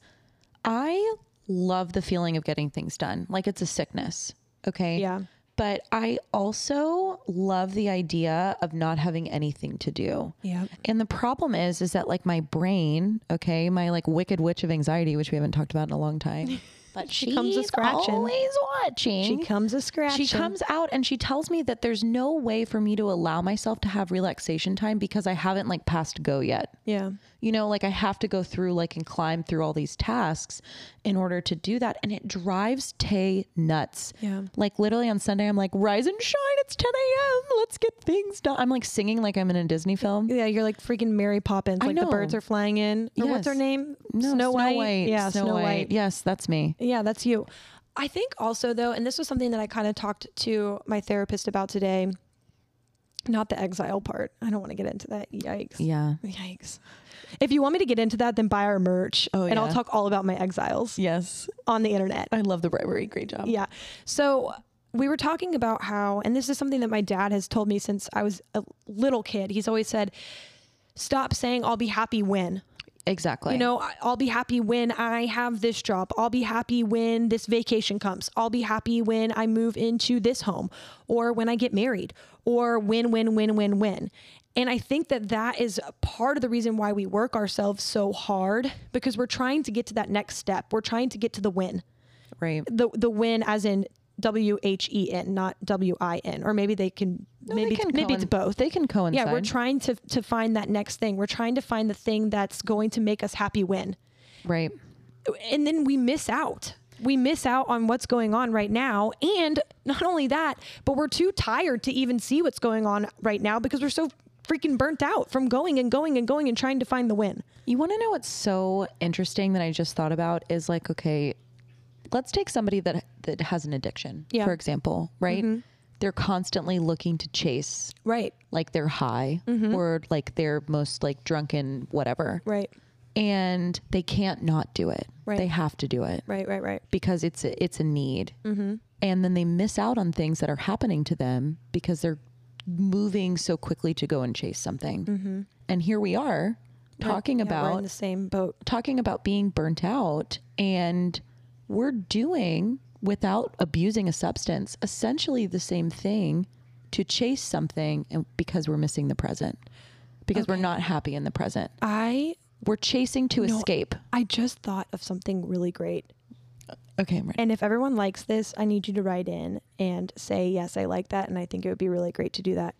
B: I love the feeling of getting things done. Like it's a sickness. Okay.
A: Yeah.
B: But I also love the idea of not having anything to do.
A: Yeah.
B: And the problem is, is that like my brain, okay, my like wicked witch of anxiety, which we haven't talked about in a
A: <laughs>
B: long time, but she
A: comes
B: comes
A: a
B: to
A: scratching.
B: Always watching.
A: Mm-hmm. She comes a scratch.
B: She comes out and she tells me that there's no way for me to allow myself to have relaxation time because I haven't like passed go yet.
A: Yeah.
B: You know, like I have to go through like and climb through all these tasks in order to do that. And it drives Tay nuts.
A: Yeah.
B: Like literally on Sunday, I'm like, rise and shine. It's 10 a.m. Let's get things done. I'm like singing like I'm in a Disney film.
A: Yeah, you're like freaking Mary Poppins.
B: I
A: Like the
B: know.
A: birds are flying in. Or what's her
B: Yes.
A: name?
B: No,
A: Snow White.
B: Yeah, Snow, White. Yes, that's me.
A: Yeah, that's you. I think also though, and this was something that I kind of talked to my therapist about today. Not the exile part. I don't want to get into that. Yikes.
B: Yeah.
A: Yikes. If you want me to get into that, then buy our merch
B: Oh,
A: and I'll
B: yeah.
A: talk all about my exiles
B: Yes.
A: on the internet.
B: I love the bribery. Great job.
A: Yeah. So we were talking about how, and this is something that my dad has told me since I was a little kid. He's always said, stop saying, I'll be happy when.
B: Exactly.
A: You know, I- I'll be happy when I have this job. I'll be happy when this vacation comes. I'll be happy when I move into this home or when I get married or when, when, when, when, when. And I think that that is a part of the reason why we work ourselves so hard because we're trying to get to that next step. We're trying to get to the win
B: right.
A: the the win as in W H E N, not W I N, or maybe they can
B: They
A: maybe
B: can
A: maybe it's
B: coin-
A: both.
B: They can coincide.
A: yeah, we're trying to to find that next thing. We're trying to find the thing that's going to make us happy win,
B: right.
A: and then we miss out. We miss out on what's going on right now, and not only that, but we're too tired to even see what's going on right now because we're so freaking burnt out from going and going and going and trying to find the win.
B: You want to know what's so interesting that I just thought about is like, okay, let's take somebody that that has an addiction,
A: Yeah. Mm-hmm.
B: for example, right? They're constantly looking to chase
A: Right.
B: like they're high
A: Mm-hmm.
B: or like they're most like drunken whatever.
A: Right.
B: And they can't not do it.
A: Right.
B: They have to do it
A: Right. Right. Right.
B: because it's a, it's a need.
A: Mm-hmm.
B: And then they miss out on things that are happening to them because they're moving so quickly to go and chase something. And here we are talking
A: Mm-hmm. yeah, we're
B: about
A: in the same boat.
B: talking about being burnt out and we're doing without abusing a substance essentially the same thing to chase something and because we're missing the present because we're not happy in the present
A: I
B: we're chasing to escape
A: I just thought of something really great.
B: okay I'm ready.
A: And if everyone likes this, I need you to write in and say, yes, I like that. And I think it would be really great to do that.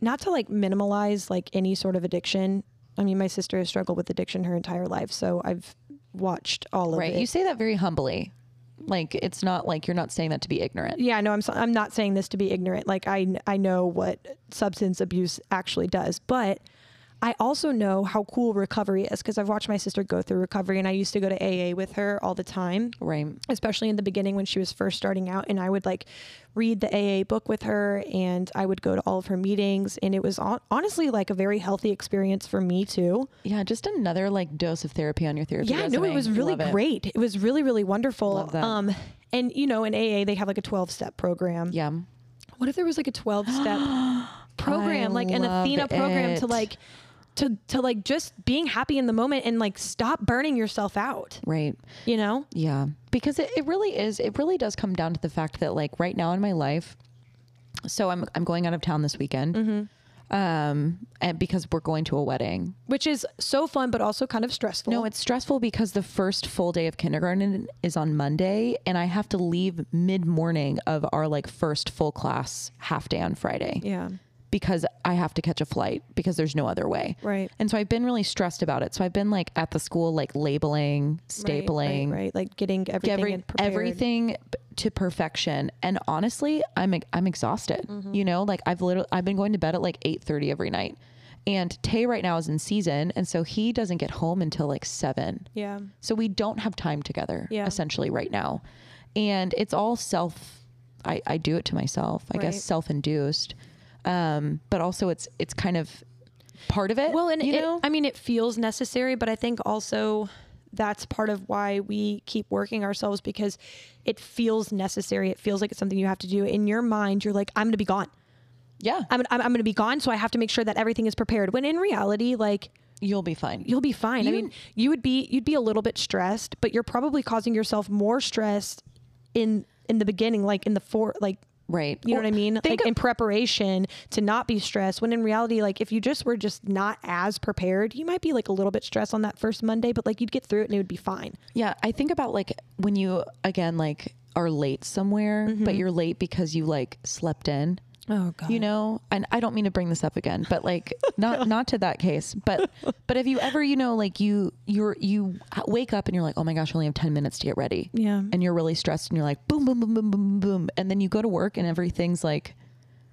A: Not to like minimalize like any sort of addiction. I mean, my sister has struggled with addiction her entire life. So I've watched all of
B: right
A: it.
B: you say that very humbly like it's not like you're not saying that to be ignorant
A: yeah, no, I'm, so, I'm not saying this to be ignorant. Like I, I know what substance abuse actually does, but I also know how cool recovery is because I've watched my sister go through recovery and I used to go to AA with her all the time.
B: right
A: especially in the beginning when she was first starting out and I would like read the AA book with her and I would go to all of her meetings and it was hon- honestly like a very healthy experience for me too.
B: yeah just another like dose of therapy on your therapy
A: Yeah, no it
B: resume.
A: was really
B: Love it.
A: great. It was really really wonderful.
B: Love that.
A: Um and you know in AA they have like a 12 step program.
B: yeah
A: What if there was like a 12 step program
B: <gasps> I
A: like an
B: love
A: Athena program to
B: it.
A: like to to like just being happy in the moment and like stop burning yourself out,
B: right
A: you know?
B: Yeah. Because it, it really is, it really does come down to the fact that like right now in my life, so I'm I'm going out of town this weekend.
A: Mm-hmm.
B: Um and because we're going to a wedding.
A: Which is so fun but also kind of stressful.
B: No, it's stressful because the first full day of kindergarten is on Monday and I have to leave mid-morning of our like first full class half day on Friday
A: yeah.
B: because I have to catch a flight because there's no other way.
A: Right.
B: And so I've been really stressed about it. So I've been like at the school like labeling,
A: Right,
B: stapling,
A: right, right, like getting everything
B: every-
A: in prepared.
B: everything b- to perfection and honestly i'm ex- i'm exhausted
A: Mm-hmm.
B: you know like i've literally i've been going to bed at like 8:30 every night and tay right now is in season and so he doesn't get home until like 7
A: yeah
B: so we don't have time together
A: Yeah.
B: essentially right now and it's all self i, I do it to myself i
A: Right.
B: guess self-induced um but also it's it's kind of part of it
A: well and
B: you
A: it,
B: know
A: i mean it feels necessary but i think also that's part of why we keep working ourselves because it feels necessary. It feels like it's something you have to do. In your mind, you're like, I'm going to be gone.
B: Yeah.
A: I'm, I'm, I'm going to be gone. So I have to make sure that everything is prepared. When in reality, like,
B: You'll be fine.
A: you'll be fine. I
B: You-
A: mean, you would be you'd be a little bit stressed, but you're probably causing yourself more stress in in the beginning, like in the for like
B: right.
A: you know what I mean?
B: Think
A: Like
B: of-
A: in preparation to not be stressed. When in reality, like if you just were just not as prepared, you might be like a little bit stressed on that first Monday, but like you'd get through it and it would be fine.
B: Yeah, I think about like when you again like are late somewhere,
A: Mm-hmm.
B: but you're late because you like slept in.
A: Oh god.
B: You know, and I don't mean to bring this up again,
A: <laughs>
B: but like not not to that case, but but if you ever, you know, like you you're you wake up and you're like, "Oh my gosh, I only have 10 minutes to get ready."
A: Yeah.
B: And you're really stressed and you're like, "Boom boom boom boom boom boom, boom." And then you go to work and everything's like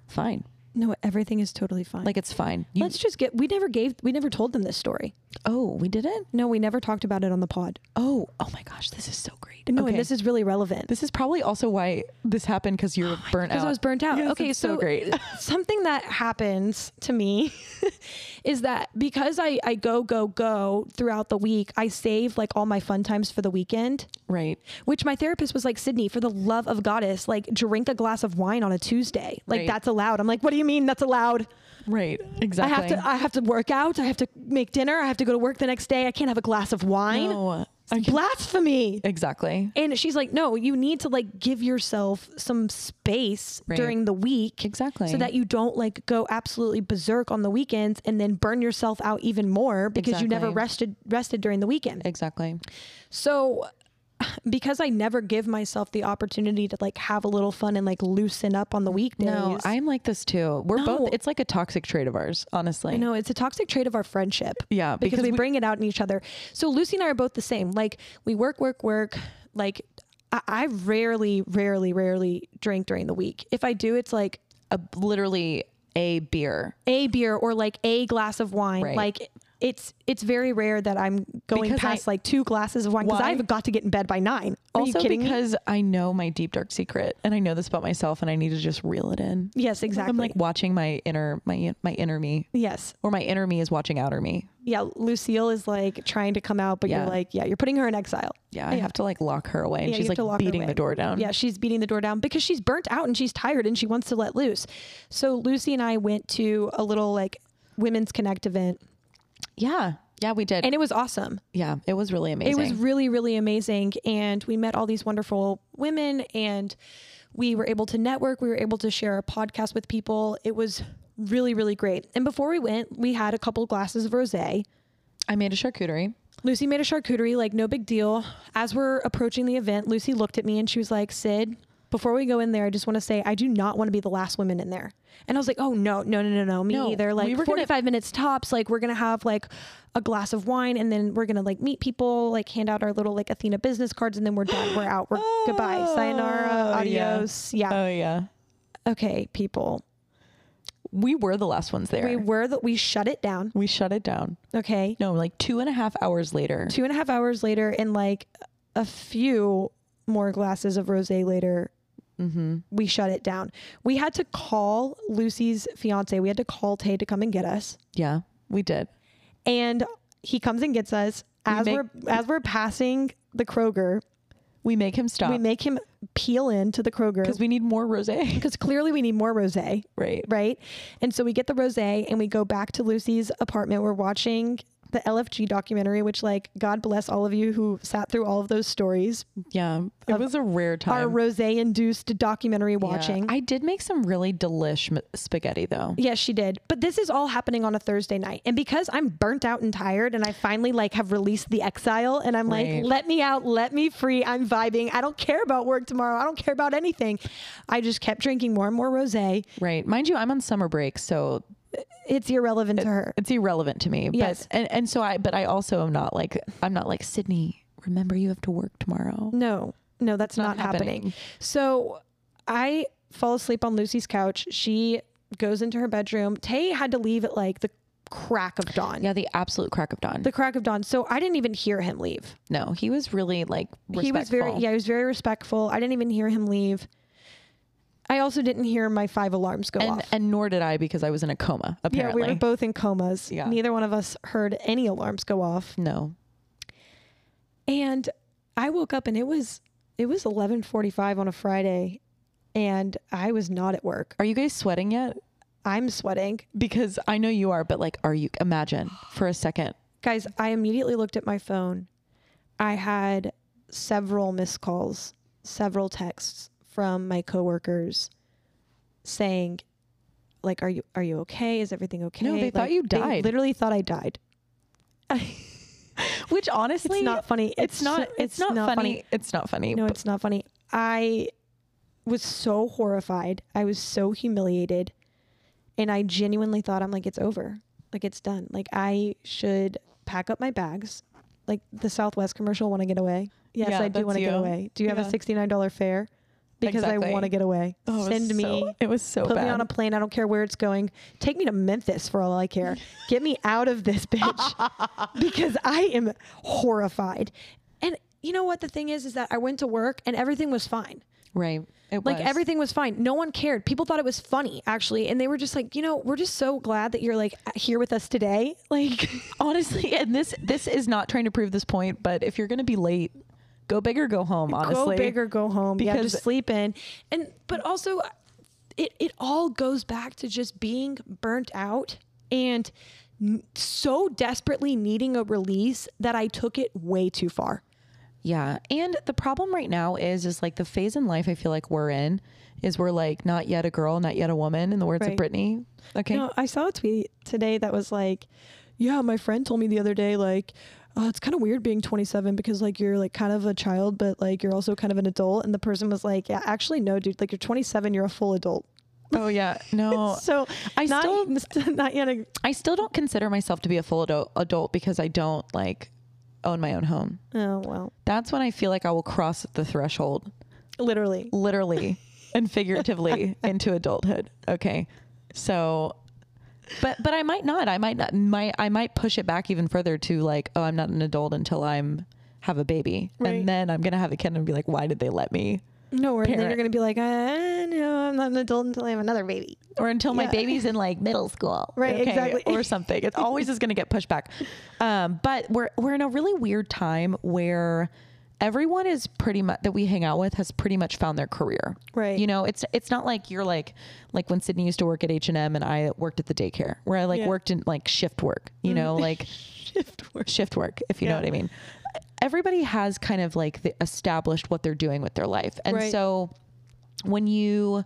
B: fine.
A: No, everything is totally fine.
B: Like it's fine. You,
A: let's just get we never gave we never told them this story.
B: oh, we didn't?
A: No, we never talked about it on the pod.
B: Oh, oh my gosh, this is so great.
A: No,
B: okay.
A: and this is really relevant.
B: this is probably also why this happened because
A: <gasps>
B: you're burnt out.
A: Because I was burnt out.
B: Yes,
A: okay,
B: it's
A: so,
B: so
A: <laughs>
B: great.
A: something that happens to me <laughs> is that because I, I go, go, go throughout the week, I save like all my fun times for the weekend.
B: Right.
A: Which my therapist was like, Sydney, for the love of goddess, like drink a glass of wine on a Tuesday. Like
B: Right.
A: that's allowed. I'm like, what do you mean that's allowed?
B: Right.
A: I
B: Exactly.
A: have to I have to work out. I have to make dinner. I have to go to work the next day. I can't have a glass of wine.
B: No. I
A: It's
B: can-
A: blasphemy.
B: exactly.
A: And she's like, no, you need to like give yourself some space
B: Right.
A: during the week.
B: Exactly.
A: So that you don't like go absolutely berserk on the weekends and then burn yourself out even more because you never
B: Exactly.
A: rested rested during the weekend.
B: Exactly.
A: So <sighs> because I never give myself the opportunity to like have a little fun and like loosen up on the weekdays.
B: No, I'm like this too. We're
A: No.
B: both. It's like a toxic trait of ours, honestly.
A: I know it's a toxic trait of our friendship.
B: Yeah,
A: Because,
B: because
A: we,
B: we-
A: bring it out in each other. So Lucy and I are both the same. Like we work, work, work. Like I, I rarely, rarely, rarely drink during the week. If I do, it's like
B: A, literally a beer
A: a beer or like a glass of wine.
B: Right.
A: Like it's it's very rare that I'm going
B: Because
A: past
B: I-
A: like two glasses of wine because
B: Why?
A: I've got to get in bed by nine. Are you
B: also
A: kidding me?
B: because I know my deep dark secret and I know this about myself and I need to just reel it in.
A: Yes, exactly.
B: I'm like watching my inner my my inner me
A: yes.
B: or my inner me is watching outer me.
A: Yeah. Lucille is like trying to come out, but
B: Yeah.
A: you're like, yeah, you're putting her in exile.
B: Yeah, I
A: Yeah.
B: have to like lock her away and
A: Yeah, you
B: she's
A: have to
B: like
A: lock her
B: beating the
A: away.
B: door down.
A: Yeah, she's beating the door down because she's burnt out and she's tired and she wants to let loose. So Lucy and I went to a little like women's connect event
B: Yeah. Yeah, we did.
A: and it was awesome.
B: yeah, it was really amazing.
A: It was really, really amazing. And we met all these wonderful women and we were able to network. We were able to share a podcast with people. It was really, really great. And before we went, we had a couple glasses of rose.
B: I made a charcuterie.
A: Lucy made a charcuterie, like no big deal. As we're approaching the event, Lucy looked at me and she was like, Sid, before we go in there, I just want to say I do not want to be the last woman in there. And I was like, oh no, no, no, no, no, me
B: No,
A: either. Like
B: we were gonna-
A: 45 minutes tops. Like we're gonna have like a glass of wine and then we're gonna like meet people, like hand out our little like Athena business cards and then we're done. We're out.
B: <gasps>
A: We're goodbye. Sayonara.
B: Oh, yeah.
A: Adios. Yeah.
B: Oh yeah.
A: okay, people.
B: We were the last ones there.
A: We were that we shut it down.
B: We shut it down.
A: Okay.
B: No, like two and a half hours later.
A: two and a half hours later and like a few more glasses of rose later we shut it down we had to call lucy's fiance we had to call tay to come and get us
B: Yeah, we did.
A: and he comes and gets us as we
B: make-
A: are as we're passing the kroger
B: We make him
A: we
B: stop
A: make him peel into the kroger
B: because we need more rosé. <laughs>
A: because clearly we need more rose
B: right.
A: right and so we get the rose and we go back to lucy's apartment we're watching the LFG documentary, which like God bless all of you who sat through all of those stories
B: Yeah, it was a rare time.
A: our rose induced documentary
B: Yeah.
A: watching.
B: I did make some really delish m- spaghetti though.
A: yes, she did. But this is all happening on a Thursday night. And because I'm burnt out and tired and I finally like have released the exile and I'm
B: Right.
A: like, let me out, let me free. I'm vibing. I don't care about work tomorrow. I don't care about anything. I just kept drinking more and more rose.
B: Right. Mind you, I'm on summer break, so
A: It's irrelevant to her.
B: it's irrelevant to me.
A: Yes.
B: But and, and so I but I also am not like I'm not like Sydney, remember you have to work tomorrow.
A: No, no, that's not,
B: not
A: happening.
B: happening.
A: So I fall asleep on Lucy's couch. She goes into her bedroom. Tay had to leave at like the crack of dawn.
B: Yeah, the absolute crack of dawn.
A: The crack of dawn. So I didn't even hear him leave.
B: no, he was really like respectful.
A: He was very yeah, he was very respectful. I didn't even hear him leave. I also didn't hear my five alarms go
B: and
A: off.
B: and nor did I because I was in a
A: yeah,
B: coma apparently.
A: we were both in comas.
B: Yeah.
A: Neither one of us heard any alarms go off.
B: no.
A: And I woke up and it was it was 11:45 on a Friday and I was not at work.
B: Are you guys sweating yet?
A: I'm sweating.
B: Because I know you are, but like, are you? Imagine for a second.
A: Guys, I immediately looked at my phone. I had several missed calls, several texts from my coworkers saying like are you are you okay? Is everything okay?
B: No, they thought
A: Like,
B: you
A: they
B: died.
A: literally thought I died.
B: Which honestly,
A: It's not funny.
B: It's, not. It's, not, funny. It's not funny.
A: No,
B: but-
A: it's not funny. I was so horrified. I was so humiliated. And I genuinely thought, I'm like, it's over. Like, it's done. Like, I should pack up my bags. Like, the Southwest commercial, want to get away. Yes,
B: Yeah,
A: I do
B: that's
A: want to
B: you.
A: get away. Do you have
B: Yeah.
A: a $69 fare? Because I
B: Exactly.
A: want to get away.
B: oh, it was
A: Send
B: so-
A: me.
B: it was so
A: Put
B: bad.
A: me on a plane. I don't care where it's going. Take me to Memphis for all I care. Get me out of this bitch
B: <laughs>
A: because I am horrified. And you know what the thing is is that I went to work and everything was fine.
B: right. It
A: Like
B: was.
A: everything was fine. No one cared. People thought it was funny actually and they were just like, "You know, we're just so glad that you're like here with us today." <laughs> Like
B: honestly, and this this is not trying to prove this point, but if you're gonna be late, go big or go home.
A: go
B: Honestly,
A: big or go home. yeah,
B: Because-
A: just sleep in. And but also, it it all goes back to just being burnt out and n- so desperately needing a release that I took it way too far.
B: Yeah. And the problem right now is is like the phase in life I feel like we're in is we're like not yet a girl, not yet a woman in the words of
A: Right.
B: Britney. Okay.
A: You know, I saw a tweet today that was like, "Yeah, my friend told me the other day like." Oh, it's kind of weird being 27 because like you're like kind of a child, but like you're also kind of an adult. And the person was like, "Yeah, actually, no, dude. Like you're 27, you're a full adult."
B: Oh
A: <laughs>
B: yeah. No.
A: So
B: I
A: not,
B: still-
A: <laughs> not yet a
B: I still don't consider myself to be a full adult, adult because I don't like own my own home.
A: oh well,
B: That's when I feel like I will cross the threshold
A: literally.
B: literally and
A: <laughs>
B: figuratively into adulthood. Okay. So but but I might not. I might not my I might push it back even further to like, oh, I'm not an adult until I'm have a baby.
A: Right.
B: And then I'm gonna have a kid and be like, why did they let me?
A: No, or then you're
B: parent.
A: gonna be like, I no, I'm not an adult until I have another baby.
B: Or until my
A: Yeah.
B: baby's in like middle school.
A: Right, exactly.
B: Or something. It always is gonna get pushed back. Um, but we're we're in a really weird time where everyone is pretty much that we hang out with has pretty much found their career.
A: Right.
B: You <laughs> know, it's it's not like you're like like when Sydney used to work at H and M and I worked at the daycare where I like
A: Yeah. Mm-hmm.
B: worked in like shift work. You know, like
A: <laughs> Shift work.
B: shift work if you know
A: Yeah.
B: what I mean. Everybody has kind of like the established what they're doing with their life, and
A: Right.
B: so when you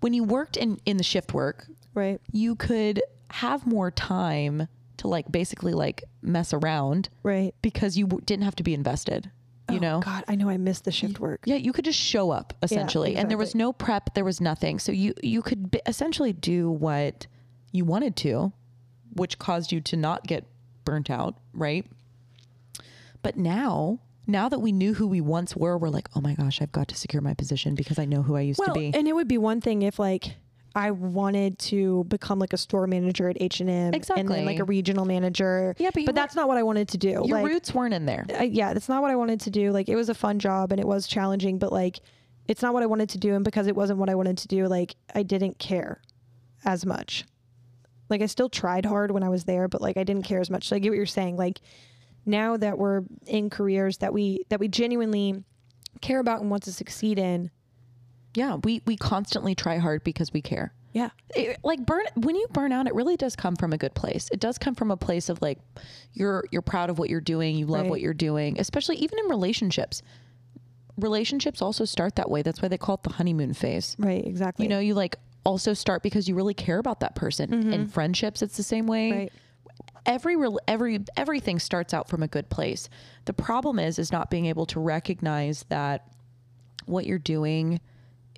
B: when you worked in in the shift work,
A: Right.
B: you could have more time to like basically like mess around
A: Right.
B: because you w- didn't have to be invested. You
A: Oh,
B: know,
A: God, I know I missed the shift work.
B: yeah, you could just show up essentially, and there was
A: exactly.
B: no prep, there was nothing. So you you could b- essentially do what you wanted to, which caused you to not get burnt out, right? But now, now that we knew who we once were, we're like, oh my gosh, I've got to secure my position because I know who I used
A: Well,
B: to be.
A: and it would be one thing if like I wanted to become like a store manager at H and M, and
B: Exactly.
A: then like a regional manager.
B: Yeah, but you
A: but that's not what I wanted to do.
B: Your
A: like,
B: roots weren't in there.
A: I, yeah, that's not what I wanted to do. Like it was a fun job and it was challenging, but like it's not what I wanted to do. And because it wasn't what I wanted to do, like I didn't care as much. Like I still tried hard when I was there, but like I didn't care as much. So I get what you're saying. Like now that we're in careers that we that we genuinely care about and want to succeed in.
B: Yeah, we we constantly try hard because we care.
A: Yeah.
B: it, like burn when you burn out it really does come from a good place it does come from a place of like you're you're proud of what you're doing you love
A: Right.
B: what you're doing especially even in relationships relationships also start that way that's why they call it the honeymoon phase
A: Right. Exactly.
B: you know you like also start because you really care about that person in friendships it's the same way
A: Mm-hmm. Right.
B: every rel- every everything starts out from a good place the problem is is not being able to recognize that what you're doing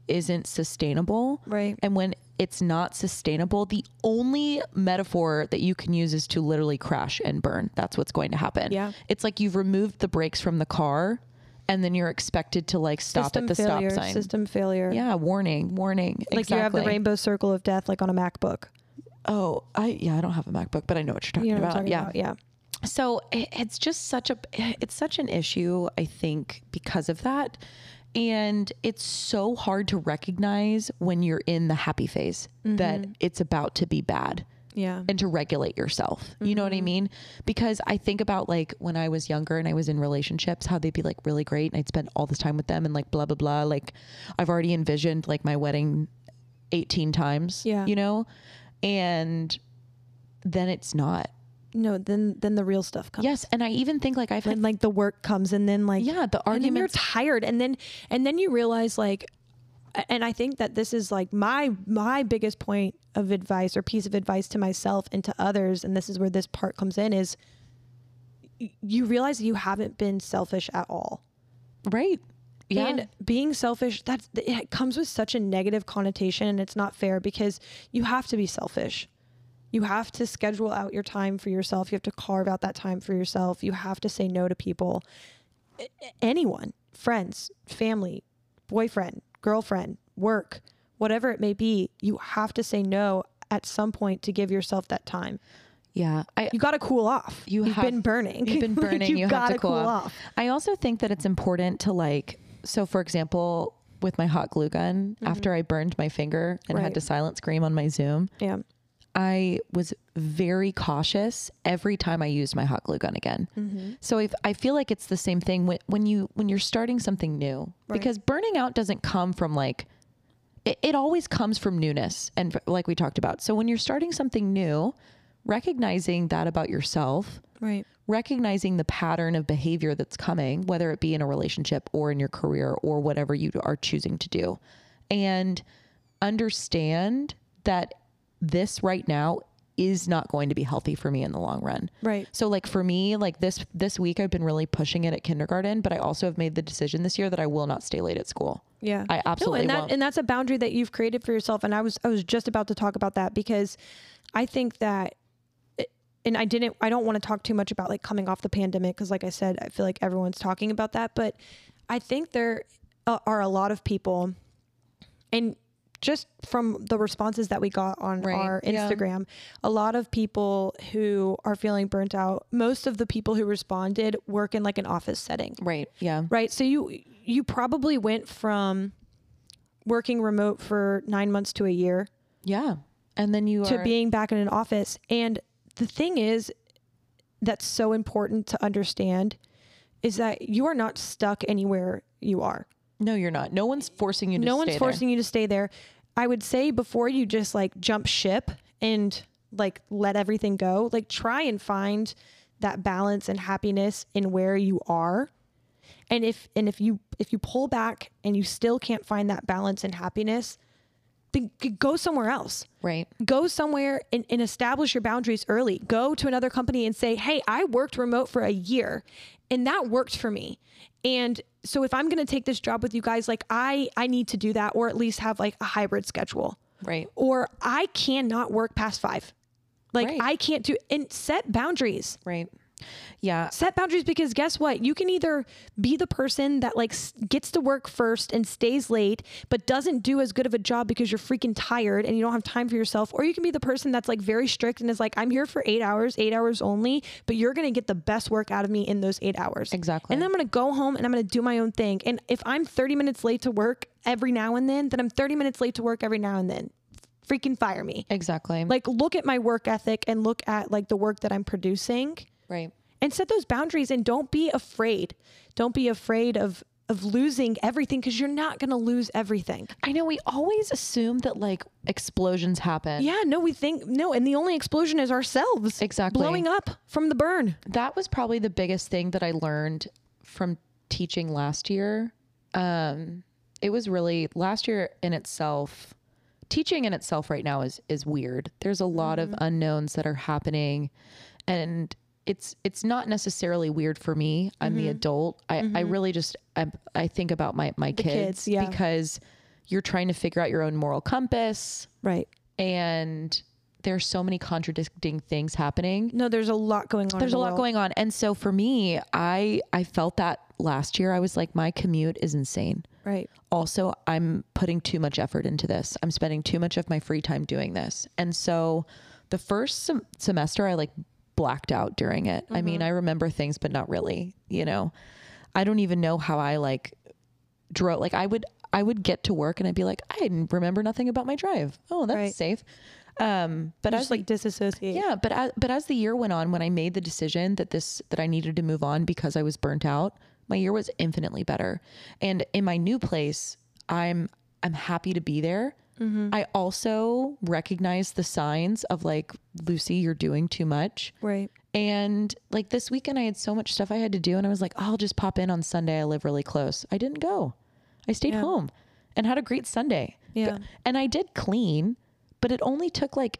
B: isn't sustainable
A: Right.
B: and when it's not sustainable the only metaphor that you can use is to literally crash and burn that's what's going to happen
A: Yeah.
B: it's like you've removed the brakes from the car and then you're expected to like stop
A: system
B: at the
A: failure.
B: stop sign
A: System failure.
B: yeah warning warning
A: Like you have the
B: Exactly.
A: rainbow circle of death, like on a MacBook.
B: oh i yeah i don't have a macbook but i know what you're talking
A: You know what
B: about
A: I'm talking
B: yeah
A: about? Yeah.
B: so it, it's just such a it's such an issue i think because of that and it's so hard to recognize when you're in the happy phase that it's about to be bad
A: Yeah.
B: and to regulate yourself. You know what I mean? Because I think about like when I was younger and I was in relationships, how they'd be like really great and I'd spend all this time with them and like blah blah blah. Like I've already envisioned like my wedding eighteen times.
A: Yeah.
B: You know? And then it's not.
A: No, then then the real stuff comes.
B: Yes. And I even think like I've had
A: Then like the work comes and then like
B: Yeah, the
A: and then you're
B: arguments
A: tired and then and then you realize like a- and I think that this is like my my biggest point of advice or piece of advice to myself and to others and this is where this part comes in is y- you realize you haven't been selfish at all.
B: right. Yeah.
A: And being selfish, that's it comes with such a negative connotation and it's not fair because you have to be selfish. You have to schedule out your time for yourself. You have to carve out that time for yourself. You have to say no to people. A- a- Anyone, friends, family, boyfriend, girlfriend, work, whatever it may be, you have to say no at some point to give yourself that time.
B: yeah. I
A: You got to cool off.
B: You
A: have
B: have-
A: been burning.
B: <laughs>
A: <laughs>
B: You've been
A: Like,
B: burning. you have
A: gotta
B: to cool, off. I also think that it's important to like. So, for example, with my hot glue gun, after I burned my finger and
A: Mm-hmm. Right.
B: had to silent scream on my Zoom,
A: Yeah.
B: I was very cautious every time I used my hot glue gun again. So if, I feel like it's the same thing when, when you when you're starting something new
A: Right.
B: because burning out doesn't come from like it, it always comes from newness and f- like we talked about. So when you're starting something new, recognizing that about yourself
A: Right.
B: recognizing the pattern of behavior that's coming, whether it be in a relationship or in your career or whatever you are choosing to do, and understand that this right now is not going to be healthy for me in the long run.
A: Right.
B: So like for me, like this this week I've been really pushing it at kindergarten, but I also have made the decision this year that I will not stay late at school.
A: Yeah.
B: I absolutely
A: no, and that
B: won't.
A: and that's a boundary that you've created for yourself. And I was I was just about to talk about that because I think that eh, and I didn't I don't want to talk too much about like coming off the pandemic because like I said, I feel like everyone's talking about that, but I think there uh, are a lot of people and just from the responses that we got on
B: Right.
A: our
B: Yeah.
A: Instagram, a lot of people who are feeling burnt out, most of the people who responded work in like an office setting
B: right. Yeah.
A: right so you you probably went from working remote for nine months to a year
B: Yeah. And then you
A: to
B: are
A: being back in an office and the thing is that's so important to understand is that you are not stuck anywhere you are
B: No, you're not. No one's forcing you to
A: no
B: stay
A: one's
B: there.
A: forcing you to stay there i would say before you just like jump ship and like let everything go like try and find that balance and happiness in where you are and if and if you if you pull back and you still can't find that balance and happiness then g- go somewhere else
B: Right.
A: go somewhere and, and establish your boundaries early. Go to another company and say, hey, I worked remote for a year and that worked for me. And so if I'm going to take this job with you guys, like I, I need to do that or at least have like a hybrid schedule
B: Right.
A: or I cannot work past five. Like
B: Right.
A: I can't do and set boundaries
B: Right. Yeah.
A: set boundaries because guess what you can either be the person that like s- gets to work first and stays late but doesn't do as good of a job because you're freaking tired and you don't have time for yourself or you can be the person that's like very strict and is like i'm here for eight hours eight hours only but you're gonna get the best work out of me in those eight hours
B: Exactly.
A: and then i'm gonna go home and i'm gonna do my own thing and if i'm 30 minutes late to work every now and then then i'm 30 minutes late to work every now and then freaking fire me
B: Exactly.
A: like look at my work ethic and look at like the work that i'm producing
B: right.
A: and set those boundaries and don't be afraid don't be afraid of of losing everything because you're not going to lose everything
B: I know we always assume that like explosions happen.
A: yeah no we think no and the only explosion is ourselves
B: Exactly.
A: blowing up from the burn
B: That was probably the biggest thing that I learned from teaching last year. Um, it was really last year in itself. Teaching in itself right now is is weird. There's a lot of
A: Mm-hmm.
B: unknowns that are happening, and it's it's not necessarily weird for me. I'm
A: Mm-hmm.
B: the adult. I, I really just I, I think about my my kids,
A: kids, yeah.
B: because you're trying to figure out your own moral compass.
A: right
B: and there's so many contradicting things happening.
A: no there's a lot going on in
B: There's
A: the
B: a lot
A: world.
B: going on. And so for me, I I felt that last year I was like my commute is insane.
A: right
B: Also, I'm putting too much effort into this. I'm spending too much of my free time doing this. And so the first sem- semester I like blacked out during it. I mean, I remember things but not really, you know. I don't even know how I like drove like I would I would get to work and I'd be like, I didn't remember nothing about my drive. Oh, that's
A: Right.
B: safe. Um, but as
A: just like disassociate.
B: yeah, but as, but as the year went on, when I made the decision that this that I needed to move on because I was burnt out, my year was infinitely better. And in my new place, I'm I'm happy to be there. I also recognize the signs of like Lucy, you're doing too much.
A: Right.
B: And like this weekend, I had so much stuff I had to do, and I was like, "Oh, I'll just pop in on Sunday. I live really close. I didn't go. I stayed home and had a great Sunday.
A: Yeah.
B: And I did clean, but it only took like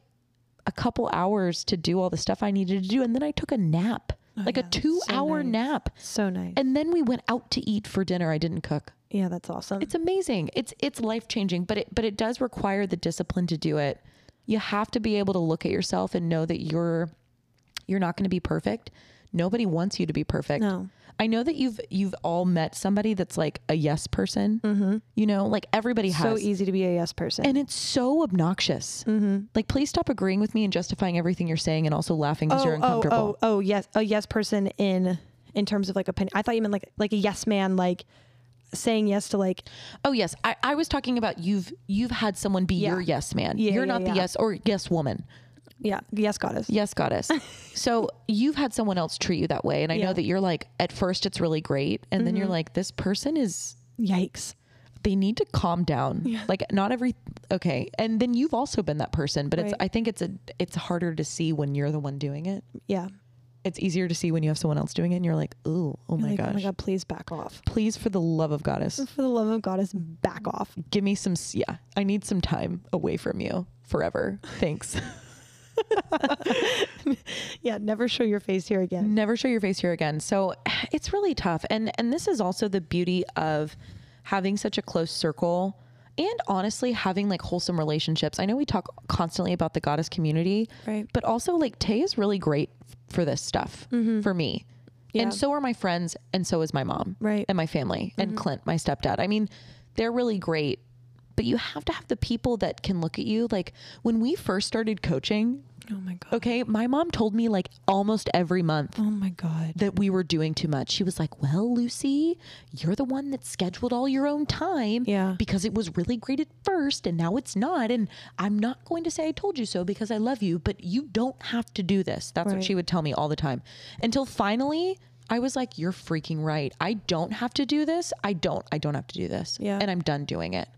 B: a couple hours to do all the stuff I needed to do. And then I took a nap, like a two hour nap.
A: So nice.
B: And then we went out to eat for dinner. I didn't cook.
A: yeah, that's awesome.
B: It's amazing. It's it's life changing, but it but it does require the discipline to do it. You have to be able to look at yourself and know that you're you're not going to be perfect. Nobody wants you to be perfect.
A: No.
B: I know that you've you've all met somebody that's like a yes person. Mm-hmm. You know, like everybody
A: so e-,
B: has.
A: easy to be a yes person.
B: And it's so obnoxious.
A: Mm-hmm.
B: Like, please stop agreeing with me and justifying everything you're saying and also laughing because you're
A: oh,
B: uncomfortable.
A: oh, oh, yes, a yes person in in terms of like opinion. I thought you meant like like a yes man, like saying yes to like
B: Oh yes, I, I was talking about you've you've had someone be your
A: Yeah.
B: yes man.
A: Yeah,
B: you're
A: yeah,
B: not
A: yeah.
B: the yes or yes woman.
A: yeah yes goddess.
B: Yes, goddess.
A: <laughs>
B: so you've had someone else treat you that way, and I know
A: Yeah. Mm-hmm.
B: that you're like at first it's really great, and then you're like this person is
A: Yikes.
B: they need to calm down. Like not every okay, and then you've also been that person, but it's
A: Right.
B: I think it's a it's harder to see when you're the one doing it.
A: Yeah.
B: It's easier to see when you have someone else doing it, and you're like, ooh, oh my
A: Like,
B: gosh.
A: oh my god, please back off.
B: Please, for the love of goddess,
A: For the love of goddess, back off.
B: give me some s- yeah i need some time away from you forever
A: <laughs>
B: thanks
A: Yeah, never show your face here again.
B: never show your face here again so <sighs> it's really tough and and this is also the beauty of having such a close circle and honestly having like wholesome relationships i know we talk constantly about the goddess community
A: Mm, Right.
B: but also like tay is really great for this stuff for me
A: Mm-hmm. Yeah.
B: and so are my friends and so is my mom
A: Right. Mm-hmm.
B: and my family and clint my stepdad i mean they're really great but you have to have the people that can look at you like when we first started coaching
A: Oh my god.
B: okay my mom told me like almost every month
A: Oh my god.
B: that we were doing too much. She was like, Well, Lucy, you're the one that scheduled all your own time
A: Yeah.
B: because it was really great at first and now it's not. And I'm not going to say I told you so because I love you, but you don't have to do this. That's what
A: Right.
B: she would tell me all the time until finally I was like, You're freaking right. I don't have to do this. I don't, I don't have to do this.
A: Yeah. Mm-hmm.
B: And I'm done doing it.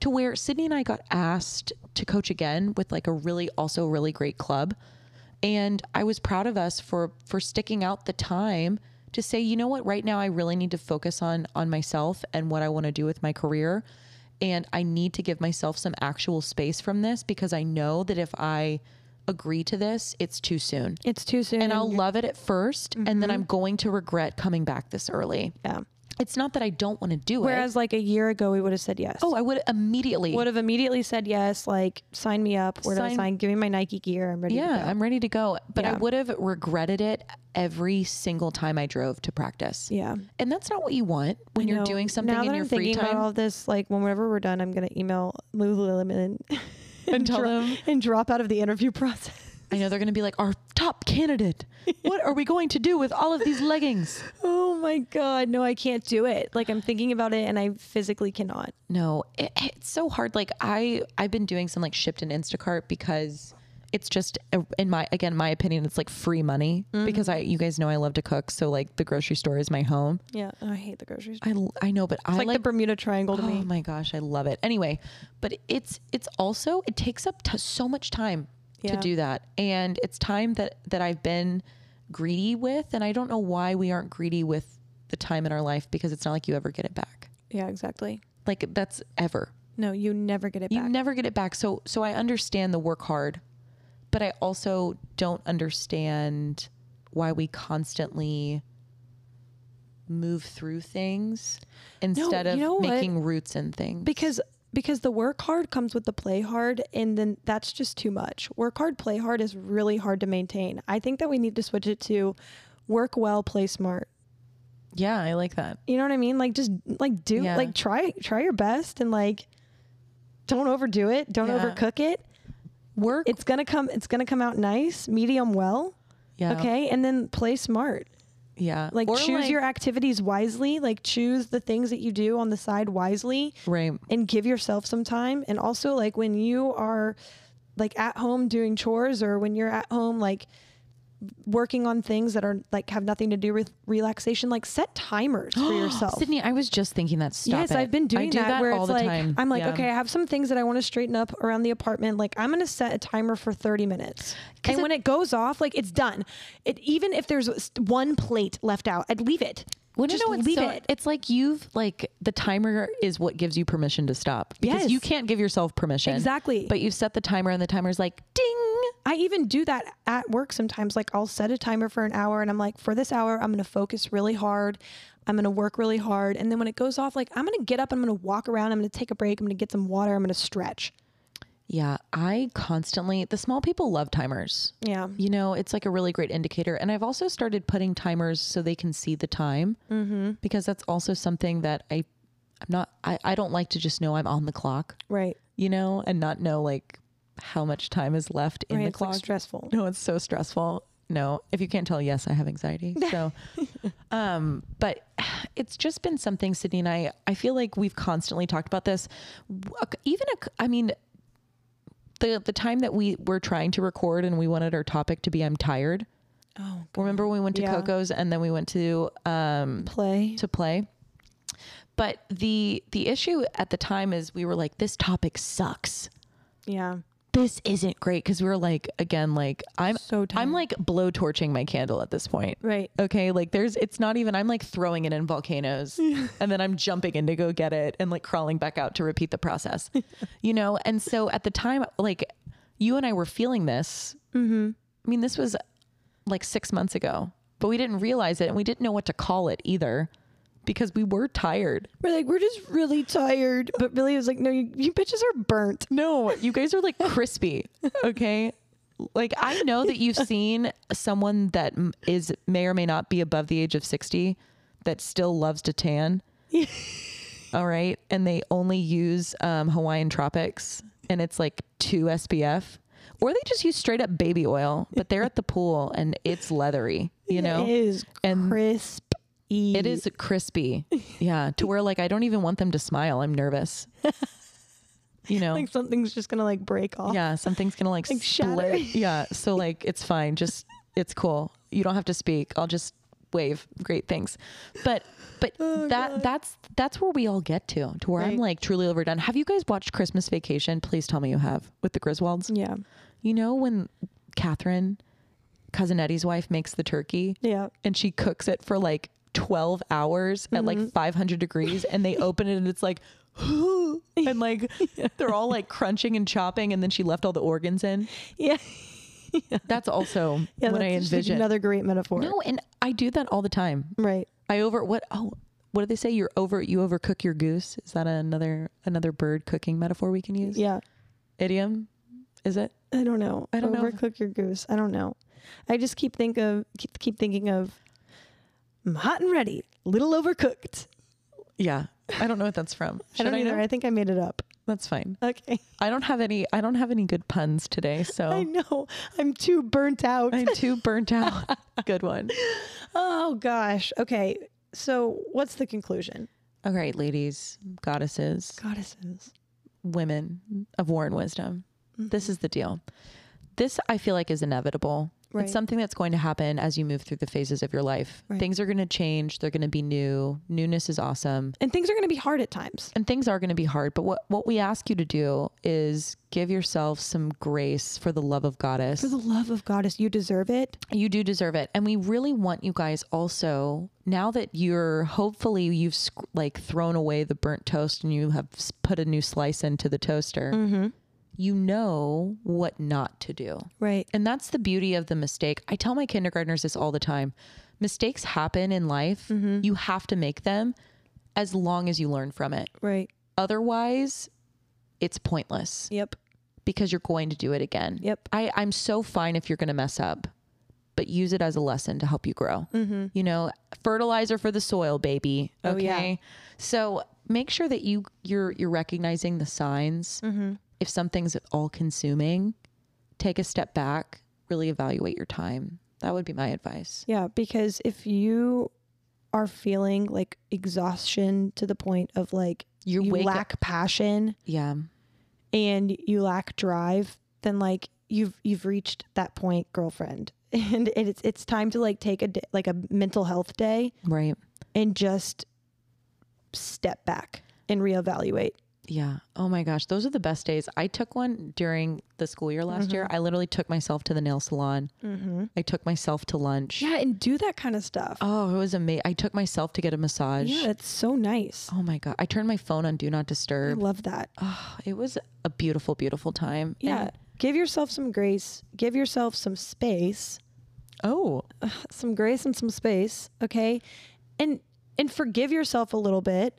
B: To where Sydney and I got asked to coach again with like a really, also really great club and i was proud of us for for sticking out the time to say you know what right now i really need to focus on on myself and what i want to do with my career and i need to give myself some actual space from this because i know that if i agree to this it's too soon
A: It's too soon.
B: and i'll love it at 1st and
A: Mm-hmm.
B: then i'm going to regret coming back this early
A: yeah.
B: it's not that i don't want to do it
A: Whereas like a year ago we would have said yes.
B: oh i would immediately
A: would have immediately said yes, like sign me up. Where do I
B: Sign-
A: sign? Give me my Nike gear. I'm ready.
B: yeah,
A: To
B: I'm ready to go. But I
A: Yeah.
B: would have regretted it every single time I drove to practice.
A: go. Yeah.
B: And that's not what you want when you're
A: No,
B: doing something
A: now
B: in
A: that
B: your
A: I'm
B: free
A: thinking
B: time.
A: About all this, like whenever we're done, I'm gonna email Lululemon <laughs> and,
B: tell
A: dro-
B: them-
A: and drop out of the interview <laughs> process.
B: I know they're going to be like, our top
A: <laughs>
B: candidate. What are we going to do with all of these leggings?
A: oh my god, no, I can't do it. Like I'm thinking about it, and I physically cannot.
B: No, it, it's so hard. Like I, I've been doing some like shipped and Instacart because it's just uh, in my again my opinion it's like free money
A: Mm-hmm.
B: because I you guys know I love to cook so like the grocery store is my home.
A: Yeah, oh, I hate the grocery store.
B: I l- I know, but I
A: It's
B: like,
A: like, the Bermuda Triangle to
B: <gasps> Oh
A: me.
B: my gosh, I love it. Anyway, but it's it's also it takes up t- so much time to
A: Yeah.
B: do that, and it's time that that I've been greedy with, and I don't know why we aren't greedy with the time in our life because it's not like you ever get it back.
A: Yeah, exactly.
B: Like that's ever
A: No, you never get it
B: you
A: back.
B: never get it back. So so I understand the work hard, but I also don't understand why we constantly move through things instead of
A: you know what?
B: making roots in things
A: because because the work hard comes with the play hard and then that's just too much work hard play hard is really hard to maintain i think that we need to switch it to work well play smart
B: Yeah, I like that.
A: you know what i mean like just like do
B: Yeah.
A: like try try your best and like don't overdo it don't
B: Yeah.
A: overcook it
B: Work.
A: it's gonna come it's gonna come out nice medium well
B: yeah.
A: okay and then play smart
B: Yeah.
A: Like
B: Or,
A: choose
B: like-
A: your activities wisely. Like choose the things that you do on the side wisely
B: Right.
A: and give yourself some time. And also like when you are like at home doing chores or when you're at home like working on things that are like have nothing to do with relaxation, like set timers
B: <gasps>
A: for yourself.
B: Sydney, I was just thinking that. Stop
A: yes,
B: it.
A: I've been doing
B: I do that,
A: where
B: all
A: it's
B: the
A: like
B: time.
A: I'm like,
B: Yeah.
A: okay, I have some things that I want to straighten up around the apartment. Like I'm gonna set a timer for 30 minutes,
B: 'Cause
A: and
B: it-
A: when it goes off, like it's done. It even if there's one plate left out, I'd leave it.
B: Well,
A: Just
B: no, no, it's
A: leave
B: so-
A: it.
B: It's like you've like the timer is what gives you permission to stop because
A: Yes.
B: you can't give yourself permission
A: Exactly.
B: But you've set the timer, and the timer's like ding.
A: I even do that at work sometimes. Like I'll set a timer for an hour, and I'm like, for this hour, I'm gonna focus really hard. I'm gonna work really hard, and then when it goes off, like I'm gonna get up, I'm gonna walk around, I'm gonna take a break, I'm gonna get some water, I'm gonna stretch.
B: Yeah, I constantly the small people love timers.
A: Yeah.
B: You know, it's like a really great indicator. And I've also started putting timers so they can see the time mm-hmm. because that's also something that I, I'm not. I, I don't like to just know I'm on the clock.
A: Right.
B: You know, and not know like how much time is left in
A: right.
B: the
A: It's like,
B: clock.
A: stressful.
B: No, it's so stressful. No, if you can't tell, yes, I
A: <laughs>
B: have anxiety. So, um, but it's just been something, Sydney and I. I feel like we've constantly talked about this. W- Even, a c I mean, the the time that we were trying to record and we wanted our topic to be "I'm tired."
A: Oh,
B: Remember when we went to
A: Yeah.
B: Coco's and then we went to um,
A: play.
B: to play. But the the issue at the time is we were like, this topic sucks
A: Yeah.
B: this isn't great because we were like again like i'm
A: So tired.
B: i'm like blow torching my candle at this point
A: Right.
B: okay like there's it's not even i'm like throwing it in volcanoes and then i'm jumping in to go get it and like crawling back out to repeat the process you know and so at the time like you and i were feeling this i mean this was like six months ago but we didn't realize it and we didn't know what to call it either because we were tired
A: We're like, we're just really tired. But Billy was like, no, you, you bitches are burnt.
B: No, you guys are like crispy. Okay. Like I know that
A: <laughs>
B: you've seen someone that m- is may or may not be above the age of 60 that still loves
A: <laughs>
B: to tan. All right. And they only use um, Hawaiian tropics and it's like 2 SPF or they just use straight up baby oil, but they're at the pool and it's leathery, you know.
A: It is
B: And-
A: crisp.
B: It is
A: <laughs>
B: crispy. Yeah, to where like I don't even want them to smile. I'm
A: <laughs>
B: nervous. You know.
A: like something's just gonna like break off.
B: Yeah, something's gonna like,
A: Like, shatter.
B: split. Yeah,
A: <laughs>
B: so like it's fine. Just it's cool. You don't have to speak. I'll just wave. Great, thanks. But but
A: <laughs>
B: that that's that's where we all get to to where I'm
A: Oh, Right.
B: like truly overdone. Have you guys watched Christmas Vacation? Please tell me you have with the Griswolds.
A: Yeah.
B: You know when Catherine, cousin Eddie's wife, makes the turkey
A: Yeah. <laughs>
B: and she cooks it for like 12 hours at
A: Mm-hmm.
B: like 500 degrees and they open it and it's like
A: <laughs>
B: and like they're all like crunching and chopping and then she left all the organs in
A: Yeah.
B: that's also
A: <laughs> Yeah.
B: what i
A: that's just, like,
B: envision
A: another great metaphor.
B: no and i do that all the time
A: Right.
B: i over what oh what do they say you're over you overcook your goose is that another another bird cooking metaphor we can use
A: Yeah.
B: idiom is it
A: I don't know.
B: I don't know.
A: Overcook your goose. I don't know. I just keep think of keep, keep thinking of I'm hot and ready, little overcooked.
B: yeah i don't know what that's from
A: <laughs> I don't
B: know?
A: either. I think I made it up.
B: that's fine
A: Okay. <laughs>
B: i don't have any i don't have any good puns today so
A: I know. I'm too burnt out.
B: I'm
A: <laughs>
B: too burnt out. Good one.
A: oh gosh. Okay. So what's the conclusion?
B: All right, ladies, goddesses,
A: Goddesses.
B: women of war and wisdom.
A: Mm-hmm.
B: This is the deal. This I feel like is inevitable.
A: Right.
B: It's something that's going to happen as you move through the phases of your life.
A: Right.
B: Things are going to change. They're going to be new. Newness is awesome.
A: And things are going to be hard at times.
B: And things are going to be hard. But what, what we ask you to do is give yourself some grace for the love of goddess.
A: For the love of goddess, you deserve it.
B: You do deserve it. And we really want you guys also, now that you're hopefully you've sc- like thrown away the burnt toast and you have s- put a new slice into the toaster, you know what not to do.
A: Right.
B: And that's the beauty of the mistake. I tell my kindergartners this all the time mistakes happen in life, you have to make them as long as you learn from it.
A: Right.
B: Otherwise, it's pointless
A: Yep.
B: because you're going to do it again.
A: Yep.
B: I, I'm so fine if you're going to mess up, but use it as a lesson to help you grow. You know, fertilizer for the soil, baby.
A: Mm-hmm. Oh, yeah.
B: Okay. So make sure that you you're you're recognizing the signs.
A: Mm-hmm.
B: If something's all consuming, take a step back, really evaluate your time. That would be my advice.
A: Yeah, because if you are feeling like exhaustion to the point of like
B: You,
A: you
B: wake
A: lack passion
B: Yeah.
A: and you lack drive, then like you've you've reached that point, girlfriend. <laughs> And it's it's time to like take a d- like a mental health day
B: Right.
A: and just step back and reevaluate.
B: Yeah. Oh my gosh. Those are the best days. I took one during the school year last year. I literally took myself to the nail salon.
A: Mm-hmm.
B: I took myself to lunch.
A: Yeah, and do that kind of stuff.
B: Oh, it was amazing. I took myself to get a massage.
A: yeah, that's so nice.
B: Oh my God. I turned my phone on Do Not
A: I
B: Disturb.
A: love that.
B: Oh, it was a beautiful, beautiful time.
A: Yeah.
B: And-
A: Give yourself some grace. Give yourself some space.
B: oh,
A: Some grace and some space, okay? And and forgive yourself a little bit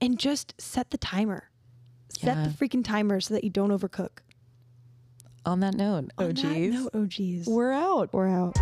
A: and just set the timer. Set
B: Yeah.
A: the freaking timer so that you don't overcook.
B: on that note, oh
A: On that
B: geez.
A: note, oh geez.
B: We're out.
A: We're out.